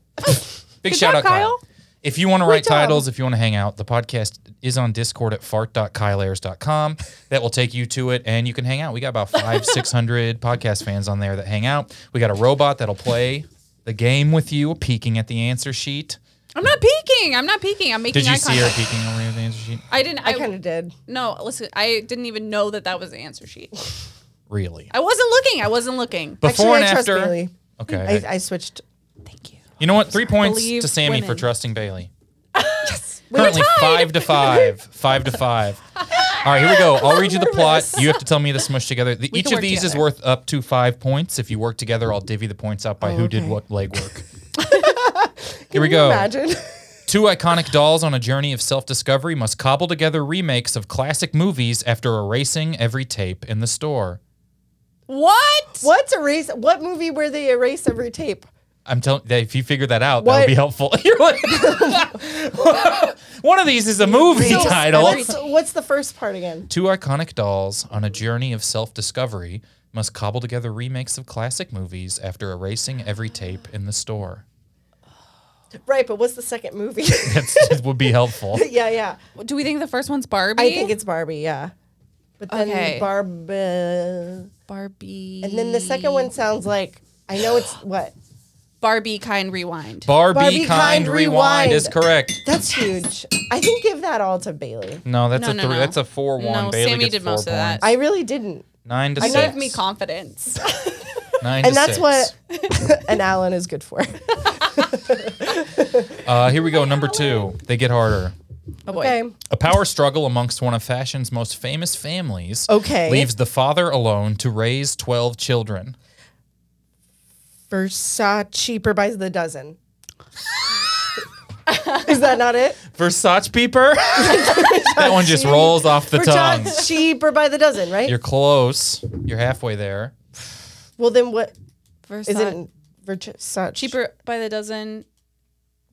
Big shout job, out, Kyle. Kyle. If you want to write um, titles, if you want to hang out, the podcast is on Discord at fart.kyleairs.com. That will take you to it, and you can hang out. We got about five, six hundred podcast fans on there that hang out. We got a robot that'll play the game with you, peeking at the answer sheet. I'm not peeking. I'm not peeking. I'm making Did you eye see her contact. peeking over at the answer sheet? I didn't. I, I kind of did. no. Listen, I didn't even know that that was the answer sheet. Really? I wasn't looking. I wasn't looking. Before Actually, I and trust after. Bailey. Okay. I, I switched. you know what? Three points Believe to Sammy for women. trusting Bailey. Currently five to five. Five to five. All right, here we go. I'll read you the plot. You have to tell me to smush together. The, each can of work these is together. worth up to five points. If you work together, I'll divvy the points up Oh, by who did what legwork. here we go. Imagine. Two iconic dolls on a journey of self discovery must cobble together remakes of classic movies after erasing every tape in the store. What? What's erase? What movie where they erase every tape? I'm telling if you figure that out, that would What? be helpful. You're like- One of these is a movie So, title. What's, what's the first part again? Two iconic dolls on a journey of self discovery must cobble together remakes of classic movies after erasing every tape in the store. Right, but what's the second movie? That's, that would be helpful. yeah, yeah. Do we think the first one's Barbie? I think it's Barbie. Yeah. But then Okay. Barb, and Barbie. then the second one sounds like I know it's what. Barbie kind rewind. Barbie, Barbie kind, Kind rewind. Rewind. is correct. That's huge. I think give that all to Bailey. No, that's No, a no, three. no. That's a four one. No, Bailey Sammy gets did four most of that. points. I really didn't. Nine to you six. gave me confidence. Nine to And that's six. what an Alan is good for. Uh, here we go. Number two. They get harder. Oh boy. Okay. A power struggle amongst one of fashion's most famous families Okay. leaves the father alone to raise 12 children. Versace per buys the dozen. is that not it? Versace peeper? that one just rolls off the tongue. Oh Versace per by the dozen, right? You're close. You're halfway there. well, then what Versace. is it? Versace cheaper by the dozen?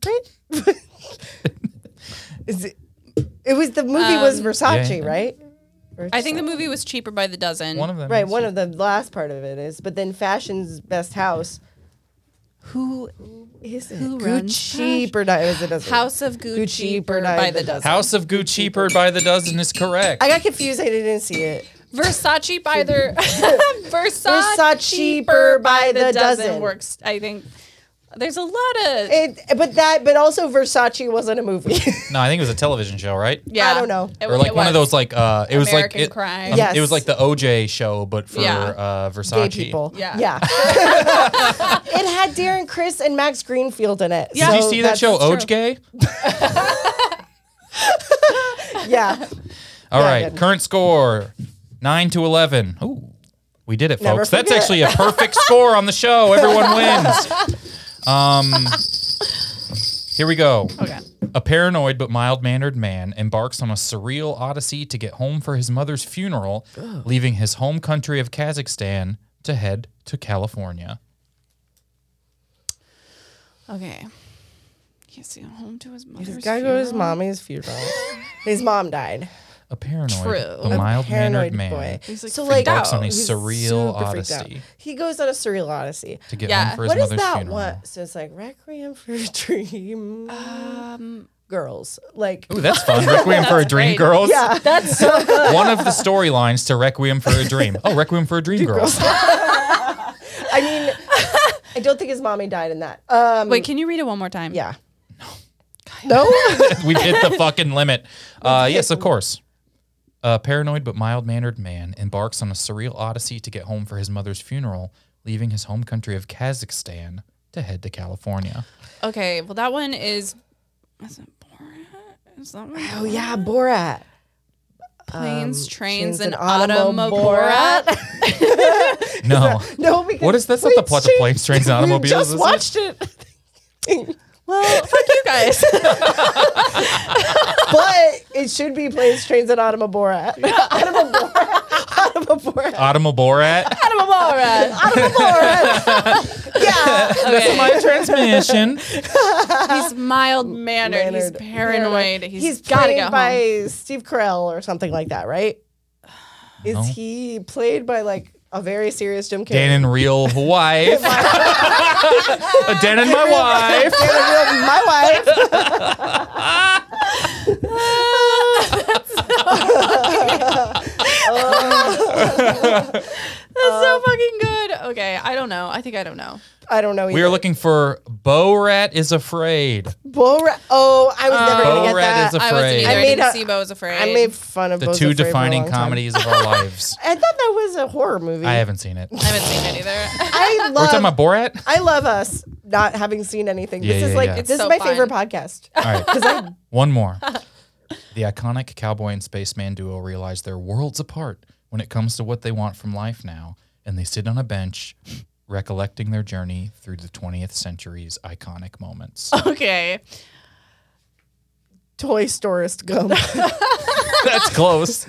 right? is it? It was the movie was Versace, yeah. right? I think the movie was cheaper by the dozen. One of them. Right, is- one of the last part of it is, but then fashion's best house. Who is it? Who runs Gucci Berdi- it doesn't. House of Gucci, Gucci per Berdi- by the the dozen. dozen. House of Gucci per by the dozen is correct. I got confused. I didn't see it. Versace by the Versace, Versace per per by the dozen. works. I think there's a lot of it. But that, but also Versace wasn't a movie. no, I think it was a television show, right? yeah. don't know. It- Or like it one of was. those like uh it was American like it, Crime. um, it Yes. was like the OJ show but for Yeah. uh Gay Versace. people. Yeah. Yeah. it had Darren Chris and Max Greenfield in it. Did you so see that that's- show OJ? Yeah. All Yeah, I right, didn't. current score nine to eleven. Ooh, we did it, Never folks. That's forget. actually a perfect score on the show. Everyone wins. Um, here we go. Okay. A paranoid but mild mannered man embarks on a surreal odyssey to get home for his mother's funeral, leaving his home country of Kazakhstan to head to California. Okay. Can't see home to his mother's. Gotta go to his mommy's funeral. his mom died. A paranoid, True. but A mild mannered Paranoid man boy. so embarks like on a he's surreal super freaked out. odyssey He goes on a surreal odyssey. to get Yeah. home for his What is mother's that funeral. one? So it's like Requiem for a Dream. Um, Girls. Like Ooh, that's fun. Requiem for a Dream, great. girls. yeah. That's so one of the storylines to Requiem for a Dream. Oh, Requiem for a Dream, girls. I mean I don't think his mommy died in that. Um wait, can you read it one more time? yeah. No. No? We've hit the fucking limit. Uh, yes, of course. A paranoid but mild mannered man embarks on a surreal odyssey to get home for his mother's funeral, leaving his home country of Kazakhstan to head to California. Okay. Well, that one is. Is it Borat? Is that one? oh yeah, Borat. Planes, trains, Um, trains and, and automobiles. automoborat. No. No, because What is that's not we the plot of ju- planes, trains, and We automobiles. is just it? watched it. well, fuck you guys. but it should be planes, trains, and automoborat. automoborat. Automoborat. Automobile Borat. Automoborat. Automoborat. yeah. That's my transmission. He's mild mannered. He's Mannered. paranoid. He's got to played go by home. Steve Carell or something like that, right? Is he played by like a very serious Jim Carrey? Dan and real wife. Dan and my wife. Dan and real- my wife. That's uh, so fucking good. Okay, I don't know. I think I don't know. I don't know. We are looking for Bo Rat is Afraid. Borat. Oh, I was never gonna get Borat that. is I wasn't Afraid. either. I, I made uh, didn't a- see Bo was afraid. I made fun of The Bo's two Afraid for a defining long time. comedies of our lives. I thought that was a horror movie. I haven't seen it. I haven't seen it either. I We're love. talking about Borat? I love us not having seen anything. Yeah, this is yeah, like yeah. this It's is my so favorite fun. podcast. All right. One more. The iconic cowboy and spaceman duo realize they're worlds apart when it comes to what they want from life now, and they sit on a bench recollecting their journey through the 20th century's iconic moments. Okay. Toy storist gum. That's close.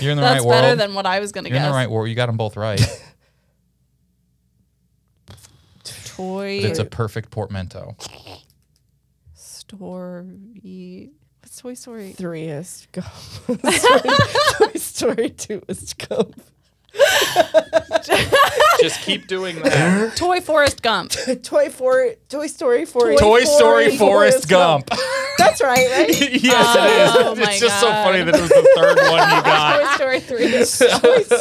You're in the That's right world. better than what I was going to You're in guess. the right world. You got them both right. Toy it's a perfect portmanteau. story. What's Toy Story? Three is gum. Sorry. Toy Story two is gum. Just keep doing that. Toy Forest Gump. Toy four. Toy Story four. Toy Story Forrest Gump. That's right, right? yes, Oh it is. my It's just so God. funny that it was the third one you got. Toy Story 3.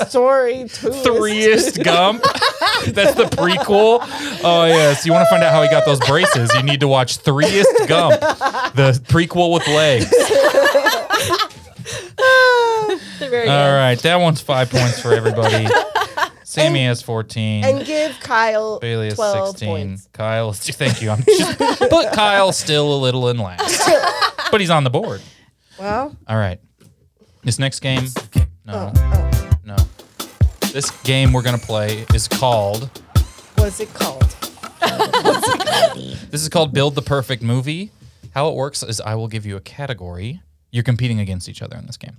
Toy Story two. is- Threeist Gump. That's the prequel. Oh yes. You want to find out how he got those braces? You need to watch Threeist Gump, the prequel with legs. All right, that one's five points for everybody. Sammy has fourteen. and give Kyle Bailey is twelve 16. points. Kyle, is- thank you. I'm just, but Kyle's still a little in last, but he's on the board. Well, Oh, All right. This next game, no, no. This game we're gonna play is called. what's it called? This is called Build the Perfect Movie. How it works is I will give you a category. You're competing against each other in this game.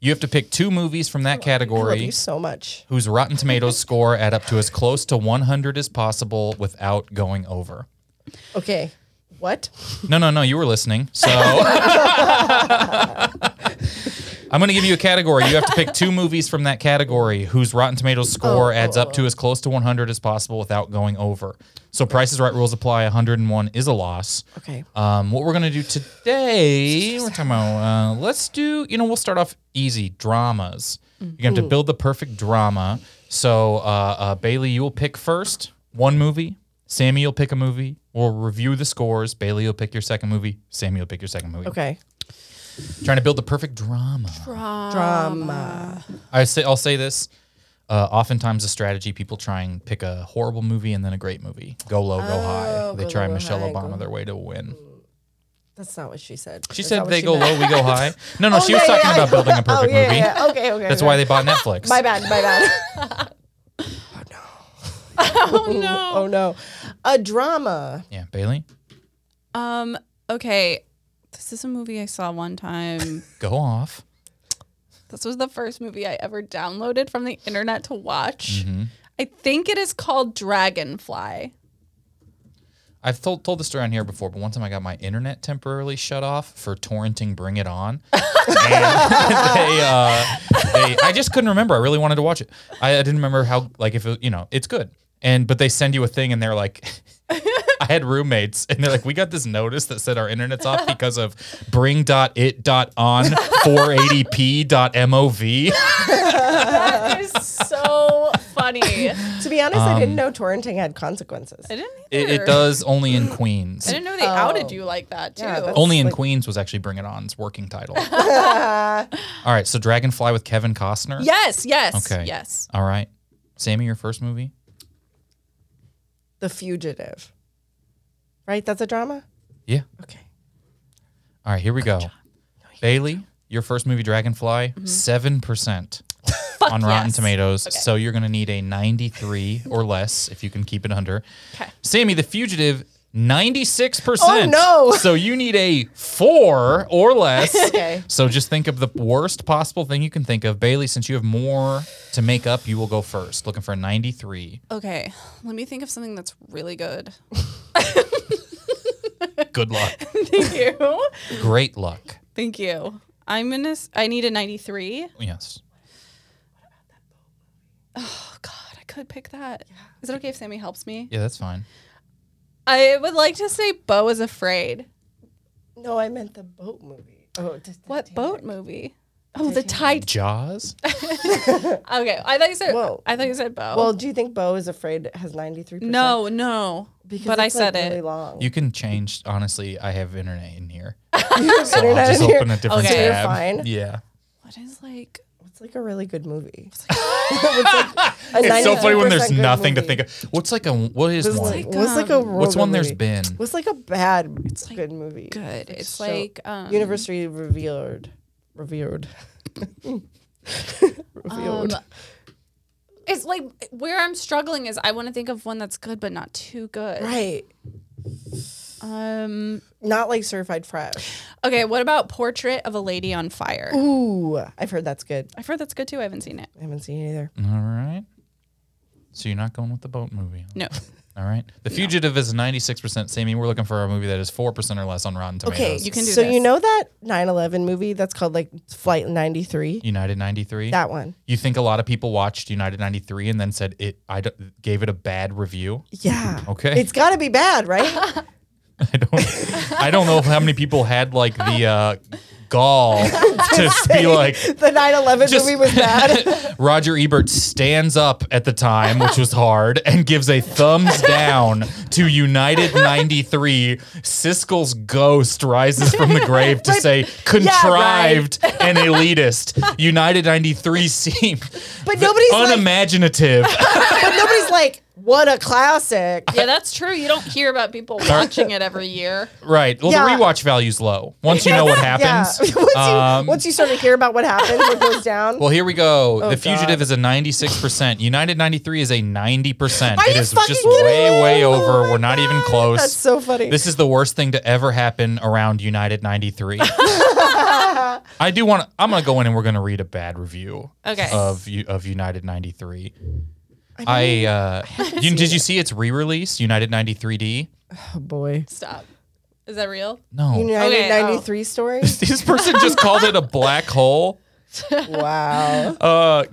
You have to pick two movies from Oh, that I love you category so much. whose Rotten Tomatoes score add up to as close to 100 as possible without going over. Okay. What? No, no, no. You were listening. So I'm going to give you a category. You have to pick two movies from that category whose Rotten Tomatoes score adds up to as close to 100 as possible without going over. So Price is Right rules apply. 101 is a loss. Okay. Um, what we're going to do today, we're talking about, uh, let's do, you know, we'll start off easy dramas. You're going Mm-hmm. to have to build the perfect drama. So, uh, uh, Bailey, you will pick first one movie. Sammy, you'll pick a movie. We'll review the scores. Bailey, you'll pick your second movie. Sammy, you'll pick your second movie. Okay. Trying to build the perfect drama. Um, Drama. I say, I'll say this. Uh, oftentimes, a strategy people try and pick a horrible movie and then a great movie. Go low, go high. They Oh, go try low, go Michelle high, go- Obama their way to a win. That's not what she said. She That's said not what they she go meant. low, we go high. No, no, Oh, she was yeah, talking yeah, about I- building a perfect oh, yeah, movie. Yeah, okay, okay. That's okay. why they bought Netflix. My bad. My bad. oh no. oh no. A drama. yeah, Bailey, Um, okay. This is a movie I saw one time. go off. this was the first movie I ever downloaded from the internet to watch. Mm-hmm. I think it is called Dragonfly. I've told told the story on here before, but one time I got my internet temporarily shut off for torrenting Bring It On. and they, uh, they, I just couldn't remember. I really wanted to watch it. I, I didn't remember how, like, if it, you know, it's good. And but they send you a thing, and they're like, I had roommates, and they're like, we got this notice that said our internet's off because of Bring dot it dot on 480p dot mov. That is so funny. I To be honest, I didn't know torrenting had consequences. didn't It, it either. does only in Queens. I didn't know they outed you like that too. Yeah, that's- Only in Like- Queens was actually Bring It On's working title. All right, so Dragonfly with Kevin Costner. yes, yes, Okay. yes. All right, Sammy, your first movie. The Fugitive. Right? That's a drama? Yeah. Okay. All right, here we go. Bailey, your first movie, Dragonfly, Mm-hmm. 7 percent on Rotten yes. Tomatoes. So you're gonna need a 93 or less if you can keep it under. Okay. Sammy, The Fugitive. 96%. Oh, no. So you need a four or less. Okay. So just think of the worst possible thing you can think of. Bailey, since you have more to make up, you will go first. Looking for a 93. Okay, let me think of something that's really good. Good luck. Thank you. Great luck. Thank you. I'm gonna. s- I need a 93. Yes. Oh God, I could pick that. Is it okay if Sammy helps me? Yeah, that's fine. I would like to say Bo is afraid. No, I meant the boat movie. Oh, just the What damn- boat movie? Oh, the Titanic. Jaws? Okay, I thought you said. Whoa. I thought you said Bo. Well, do you think Bo is afraid has 93%? no, no. Because but I it's, like, said it. really long. You can change. Honestly, I have internet in here. You have I'll internet just in here. open a different Okay. So you're tab. fine. Yeah. What is like? It's like a really good movie. it's like a It's so funny when there's 92% good nothing to movie. think of. What's like a what is What's one? like, what's like um, a real What's good one there's movie? been? What's like a bad good movie? Mm. Good. It's so- like um, University revered, revered, revealed. Um, It's like where I'm struggling is I want to think of one that's good but not too good. right. Um. Not like certified fresh. Okay. What about Portrait of a Lady on Fire? Ooh, I've heard that's good. I've heard that's good too. I haven't seen it. I haven't seen it either. All right. So you're not going with the boat movie. huh? No. All right. The Fugitive is 96%. Sammy, we're looking for a movie that is 4% or less on Rotten Tomatoes. Okay, You can do so you this. know that 9/11 movie that's called like Flight 93. United 93. That one. you think a lot of people watched United 93 and then said it I d- gave it a bad review? Yeah. Okay. It's got to be bad, right? I don't I don't know how many people had like the uh gall to be like the 9/11 Just- movie was bad. Roger Ebert stands up at the time, which was hard, and gives a thumbs down to United 93. Siskel's ghost rises from the grave to say contrived and elitist. United 93 seem But nobody's like- unimaginative. but nobody's like, "What a classic." Yeah, that's true. You don't hear about people watching it every year. right. Well, Yeah. the rewatch value's low. Once you know what happens. Yeah. once, um, you, once you start to hear about what happens, what goes down. well, here we go. the Fugitive Oh, God. is a 96%. United 93 is a 90%. Are it you is fucking just kidding way, me? way over. Oh my We're not even close. That's so funny. This is the worst thing to ever happen around United 93. I do want to, I'm going to go in and we're going to read a bad review Okay. of U- of United 93. I, uh, you, did you see its re-release United 93D? oh boy. Stop. Is that real? No. United Okay, oh. 93 story. this person just called it a black hole. wow. Uh,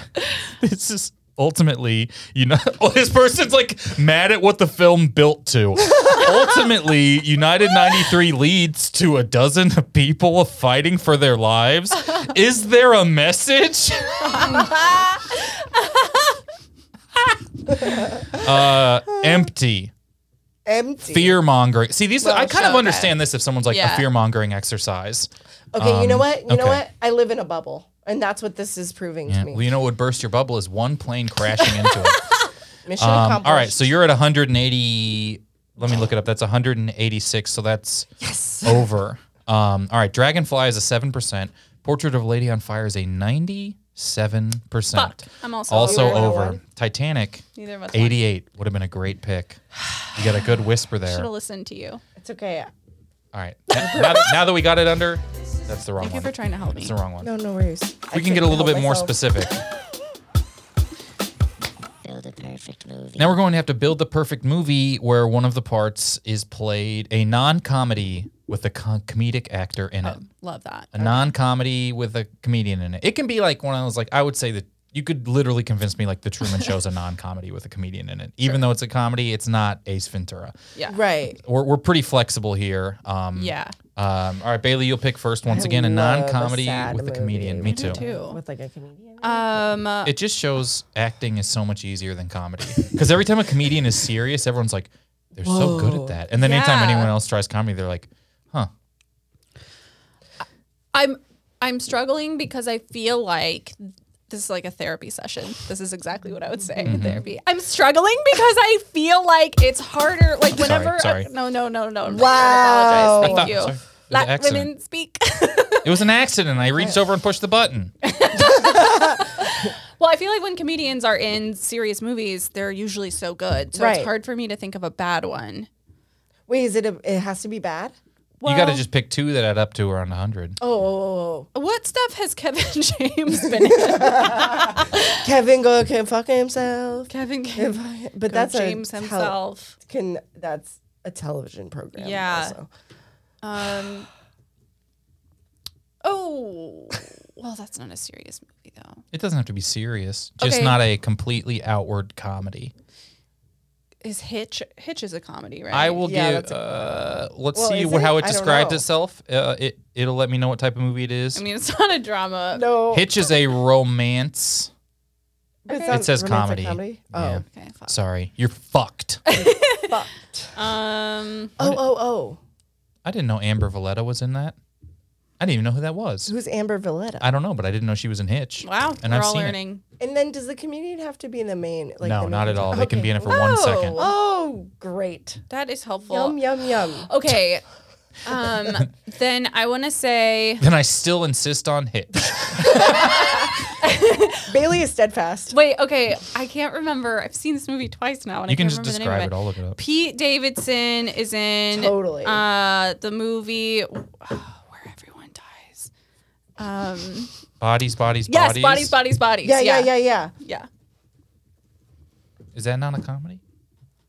this is ultimately, you know, oh, this person's like mad at what the film built to. ultimately, United 93 leads to a dozen of people fighting for their lives. Is there a message? uh, empty. Empty. Fear mongering. See, these I kind of okay. understand this if someone's like Yeah. a fear mongering exercise. Okay, you know Um, what? You know okay. what? I live in a bubble. And that's what this is proving Yeah. to me. Well, you know what would burst your bubble is one plane crashing into it. Mission Um, accomplished. all right, so you're at 180. Let me look it up. That's 186. So that's over. Um, all right, Dragonfly is a seven percent. Portrait of a Lady on Fire is a 97 Fuck. percent. I'm also, Also over. over. Titanic, Neither of us. 88 would have been a great pick. You got a good whisper there. Should have All listened to you. It's okay. right, now, now that- now that we got it under, that's the wrong Thank you one. for trying to help me. That's the wrong one. No, no worries. I We can get a couldn't little help bit more myself. specific. Build a perfect movie. Now we're going to have to build the perfect movie where one of the parts is played a non-comedy with a co- comedic actor in it. Love that. Oh, A non-comedy with a comedian in it. It can be like one of those like I would say that you could literally convince me like the Truman Show's a non-comedy with a comedian in it, even though it's a comedy. It's not Ace Ventura. Yeah. Right. We're, we're pretty flexible here. Um, Yeah. Um, all right, Bailey, you'll pick first once again a love a non-comedy sad with a movie. comedian. Me too. Two. With like a comedian. Um. uh, It just shows acting is so much easier than comedy. Because every time a comedian is serious, everyone's like, they're so good at that. And then anytime Yeah. anyone else tries comedy, they're like, huh. I'm I'm struggling because I feel like this is like a therapy session. This is exactly what I would say in therapy. I'm struggling because I feel like it's harder. Like whenever, sorry. I- no, no, no, no. I'm Wow. I apologize. Thank Sorry. you. It was an Black accident. women speak. It was an accident. I reached over and pushed the button. well, I feel like when comedians are in serious movies, they're usually so good. So Right. it's hard for me to think of a bad one. Wait, is it a, it has to be bad? you got to just pick two that add up to around 100. Oh, oh, oh, What stuff has Kevin James been in? oh. Kevin go can fuck himself. Kevin If James, I- but that's James a tel- himself. can that's a television program. Yeah. also. Um. Oh, well, that's not a serious movie though. It doesn't have to be serious, just Okay. not a completely outward comedy. Is Hitch? Hitch is a comedy, right? I will Yeah, give, that's a- uh, let's Well, see is what, how it? it I don't described know. itself. Uh, it, it'll let me know what type of movie it is. I mean, it's not a drama. No, Hitch is a romance. but okay. sounds It says romantic comedy. Oh, Yeah. Okay. Fuck. Sorry, you're fucked. fucked. Um. Oh, oh, oh. I didn't know Amber Valletta was in that. I I didn't even know who that was. Who's Amber Valletta? I don't know, but I didn't know she was in Hitch. Wow, and we're I've all seen it. learning. and then does the comedian have to be in the main? Like the no, main not at all. They can Okay. be in it for one second. Oh, great. That is helpful. Yum, yum, yum. Okay. Um, then I want to say, Then I still insist on Hitch. Bailey is steadfast. wait, okay, I can't remember. I've seen this movie twice now, and you I can can't just remember the name describe of it. I'll look it up. Pete Davidson is in Totally. uh, the movie where everyone dies. Um, Bodies, bodies, yes, bodies. bodies, bodies, bodies. Yeah, yeah, yeah, yeah. yeah. Is that not a comedy?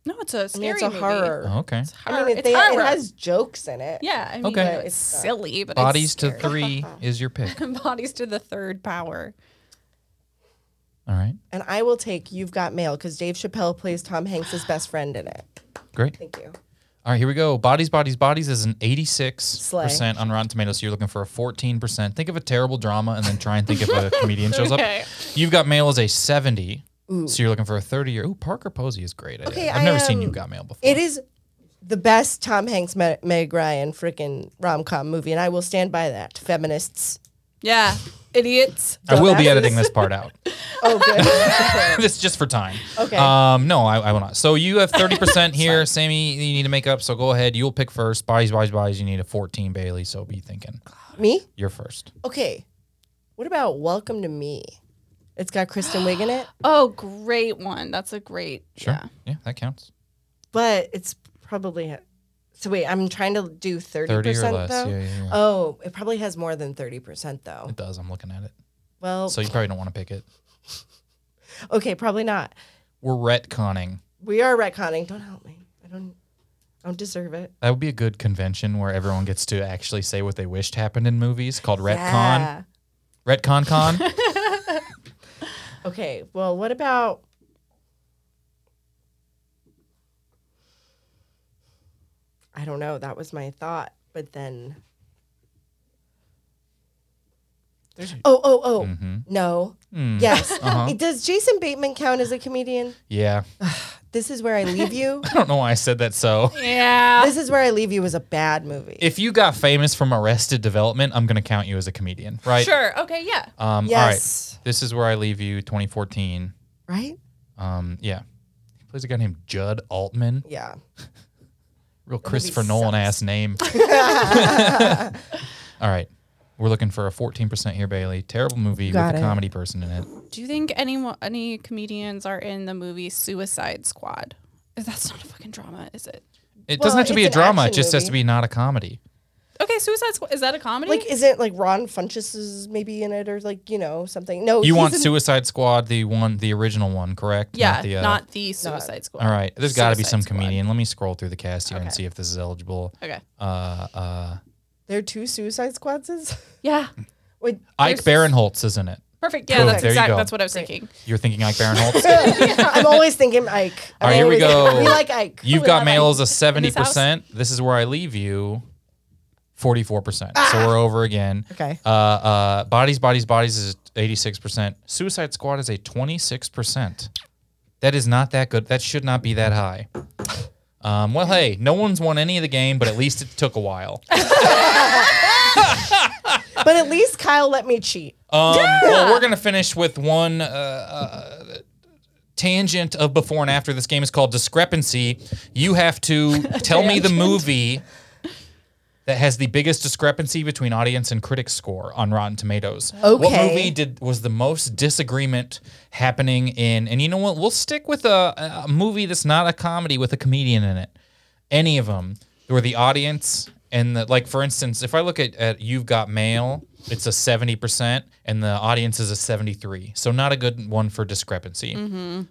No, it's a I scary mean, it's a movie. horror. Oh, okay. I mean, It's it, they, it horror. has jokes in it. Yeah, I mean, Okay. you know, it's silly, but Bodies it's to scary. three is your pick. bodies to the third power. All right. And I will take You've Got Mail because Dave Chappelle plays Tom Hanks' best friend in it. Great. Thank you. All right, here we go. Bodies, bodies, bodies is an Slay. 86% on Rotten Tomatoes. So you're looking for a 14%. Think of a terrible drama and then try and think if a comedian shows Okay. up. You've Got Mail is a 70. So you're looking for a 30 year. Ooh, Parker Posey is great. at it. Okay, I've I, never seen um, You've Got Mail before. It is the best Tom Hanks, Me- Meg Ryan freaking rom com movie, and I will stand by that. Feminists. Yeah, idiots. I will be editing this part out. Oh, good. this is just for time. Okay. Um, no, I, I will not. So you have 30% here. Sammy, you need to make up. So go ahead. You'll pick first. Bodies, bodies, bodies. You need a 14, Bailey. So be thinking. me? You're first. Okay. What about Welcome to Me? It's got Kristen Wiig in it, Oh, great one. That's a great. Sure. Yeah. Yeah, that counts. but it's probably. So wait, I'm trying to do 30%, 30 or less. though. Yeah, yeah, yeah. Oh, it probably has more than 30% though. It does. I'm looking at it. Well, So you probably don't want to pick it. okay, probably not. We're retconning. We are retconning. Don't help me. I don't I don't deserve it. That would be a good convention where everyone gets to actually say what they wished happened in movies called retcon. Yeah. Retcon con. Okay. Well, what about I don't know. That was my thought, but then Oh, oh, oh. Mm-hmm. No. Mm. Hmm. Yes. Uh-huh. It- Does Jason Bateman count as a comedian? yeah. This is where I leave you. I don't know why I said that so. Yeah. this is where I leave you was a bad movie. If you got famous from Arrested Development, I'm going to count you as a comedian, right? Sure. Okay. Yeah. Um, Yes. All right. This is where I leave you, 2014. right? Um, yeah. He plays a guy named Judd Altman. Yeah. Real Christopher Nolan ass name. all right. We're looking for a 14% here, Bailey. Terrible movie Got with it. a comedy person in it. Do you think anyone, any comedians are in the movie Suicide Squad? That's not a fucking drama, is it? It Well, doesn't have to be a it's an drama. It action just has to movie. be not a comedy. Okay, Suicide Squad is that a comedy? Like, is it like Ron Funches is maybe in it or like, you know, something? No, You he's want in- Suicide Squad, the one, the original one, correct? yeah, Not the, uh, Suicide Squad. all right. There's got to be Suicide some Squad. comedian. Let me scroll through the cast here and see if this is eligible. Okay. Uh, uh, There are two Suicide Squads. Yeah. Wait, Ike Barinholtz is in it. Perfect. Yeah, Cool. that's There you exactly go. that's what I was thinking. You're thinking Ike Barinholtz? I'm always thinking Ike. I'm All right, here we always- go. We like Ike. You've We got love mail as a seventy this house? percent. This is where I leave you. Forty-four percent. Ah! So we're over again. Okay. Uh, uh, bodies, bodies, bodies is eighty-six percent. Suicide Squad is a twenty-six percent. That is not that good. That should not be that high. Um, well, hey, no one's won any of the game, but at least it took a while. Ike. But at least Kyle let me cheat. Um, Well, we're gonna finish with one uh, uh, tangent of before and after. This game is called discrepancy. You have to tell me the movie that has the biggest discrepancy between audience and critic score on Rotten Tomatoes. What Okay. movie did was the most disagreement happening in? And you know what? We'll stick with a, a movie that's not a comedy with a comedian in it. Any of them where the audience and the like. For instance, if I look at, at You've Got Mail, it's a seventy percent, and the audience is a seventy-three. So not a good one for discrepancy. Um,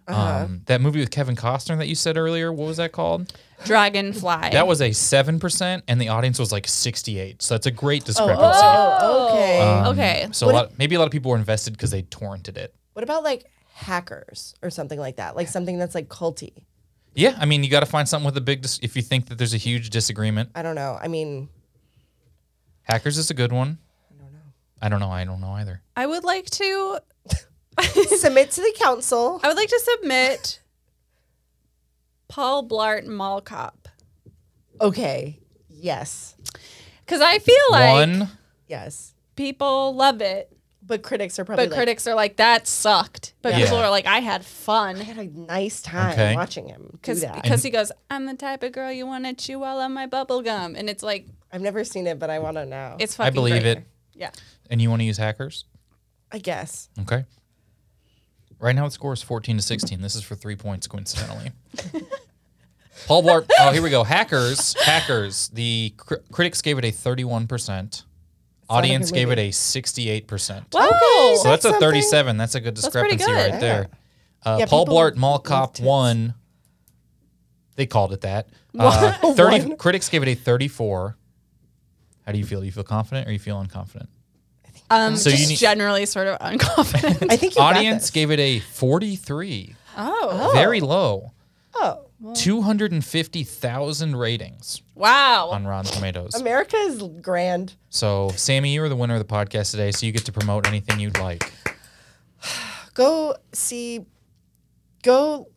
that movie with Kevin Costner that you said earlier, what was that called? Dragonfly. That was a seven percent, and the audience was like sixty-eight. So that's a great discrepancy. Oh, okay. Uh, um, okay. So a lot, maybe a lot of people were invested because they torrented it. what about like hackers or something like that? Like something that's like culty. Yeah, I mean, you got to find something with a big. Dis- if you think that there's a huge disagreement, I don't know. I mean, Hackers is a good one. I don't know. I don't know. I don't know either. I would like to submit to the council. I would like to submit Paul Blart Mall Cop Okay. Yes. because I feel like one Yes. People love it, But critics are probably but like, critics are like, that sucked. But Yeah. people are like, I had fun. I had a nice time Okay. watching him do Cause, that. because he goes, I'm the type of girl you want to chew all of my bubble gum. And it's like, I've never seen it, but I want to know. it's I fucking believe great. it. Yeah. And you want to use hackers? I guess. Okay. Right now, the score is 14 to 16. This is for three points, coincidentally. Paul Blart. Oh, here we go. Hackers. Hackers. The cr- critics gave it a 31%. Audience gave it a 68%. Wow. So that's, a something. 37. That's a good pretty discrepancy good. right there. Uh, Yeah, Paul people Blart Mall Cop loved it. 1. They called it that. Uh, 30, critics gave it a 34. How do you feel? Do you feel confident or you feel unconfident? Um, So you just need- generally sort of unconfident. I think you Audience got this. gave it a 43. oh, Very low. Oh, 250,000 ratings wow. on Rotten Tomatoes. America is grand. So, Sammy, you are the winner of the podcast today, so you get to promote anything you'd like. Go see. Go.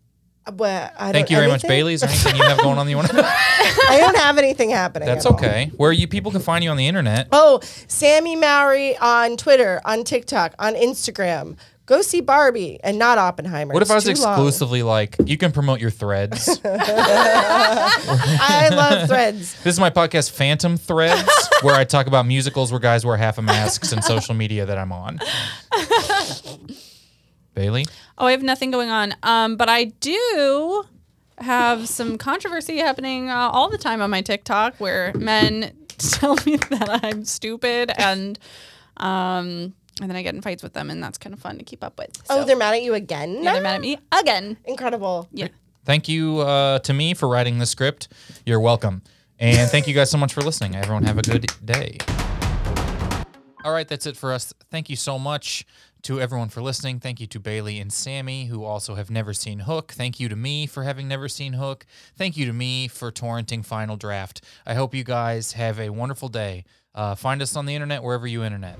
uh, Well, I don't, Thank you very much, anything? Bailey. Is there anything you have going on that you want to? I don't have anything happening. That's at all. okay. Where you people can find you on the internet. Oh, Sammy Mowry on Twitter, on TikTok, on Instagram. Go see Barbie and not Oppenheimer. What if It's I was too long. exclusively like, you can promote your threads? I love threads. this is my podcast, Phantom Threads, where I talk about musicals where guys wear half a masks and social media that I'm on. Bailey? Oh, I have nothing going on. Um, but I do have some controversy happening uh, all the time on my TikTok where men tell me that I'm stupid and um, and then I get in fights with them and that's kind of fun to keep up with. So, Oh, they're mad at you again? yeah, they're mad at me again. Incredible. Yeah. Thank you uh, to me for writing the script. You're welcome. And thank you guys so much for listening. Everyone have a good day. All right, that's it for us. Thank you so much to everyone for listening. Thank you to Bailey and Sammy, who also have never seen Hook. Thank you to me for having never seen Hook. Thank you to me for torrenting Final Draft. I hope you guys have a wonderful day. Uh, find us on the internet, wherever you internet.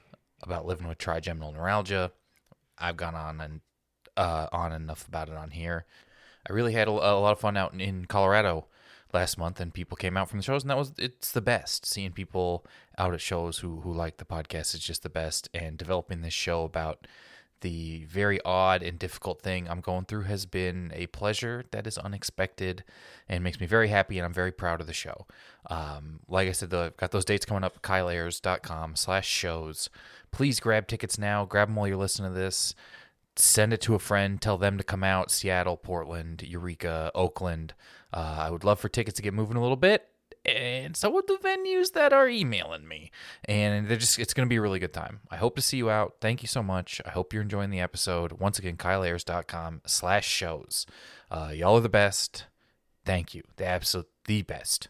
about living with trigeminal neuralgia. I've gone on and uh, on enough about it on here. I really had a, a lot of fun out in, in Colorado last month, and people came out from the shows, and that was it's the best. Seeing people out at shows who who like the podcast is just the best, and developing this show about the very odd and difficult thing I'm going through has been a pleasure that is unexpected and makes me very happy, and I'm very proud of the show. Um, like I said, though, I've got those dates coming up, kyleayers.com slash shows. Please grab tickets now. Grab them while you're listening to this. Send it to a friend. Tell them to come out. Seattle, Portland, Eureka, Oakland. Uh, I would love for tickets to get moving a little bit. And so would the venues that are emailing me. And they're just it's gonna be a really good time. I hope to see you out. Thank you so much. I hope you're enjoying the episode. Once again, kyleayers.com slash shows. Uh, y'all are the best. Thank you. The absolute the best.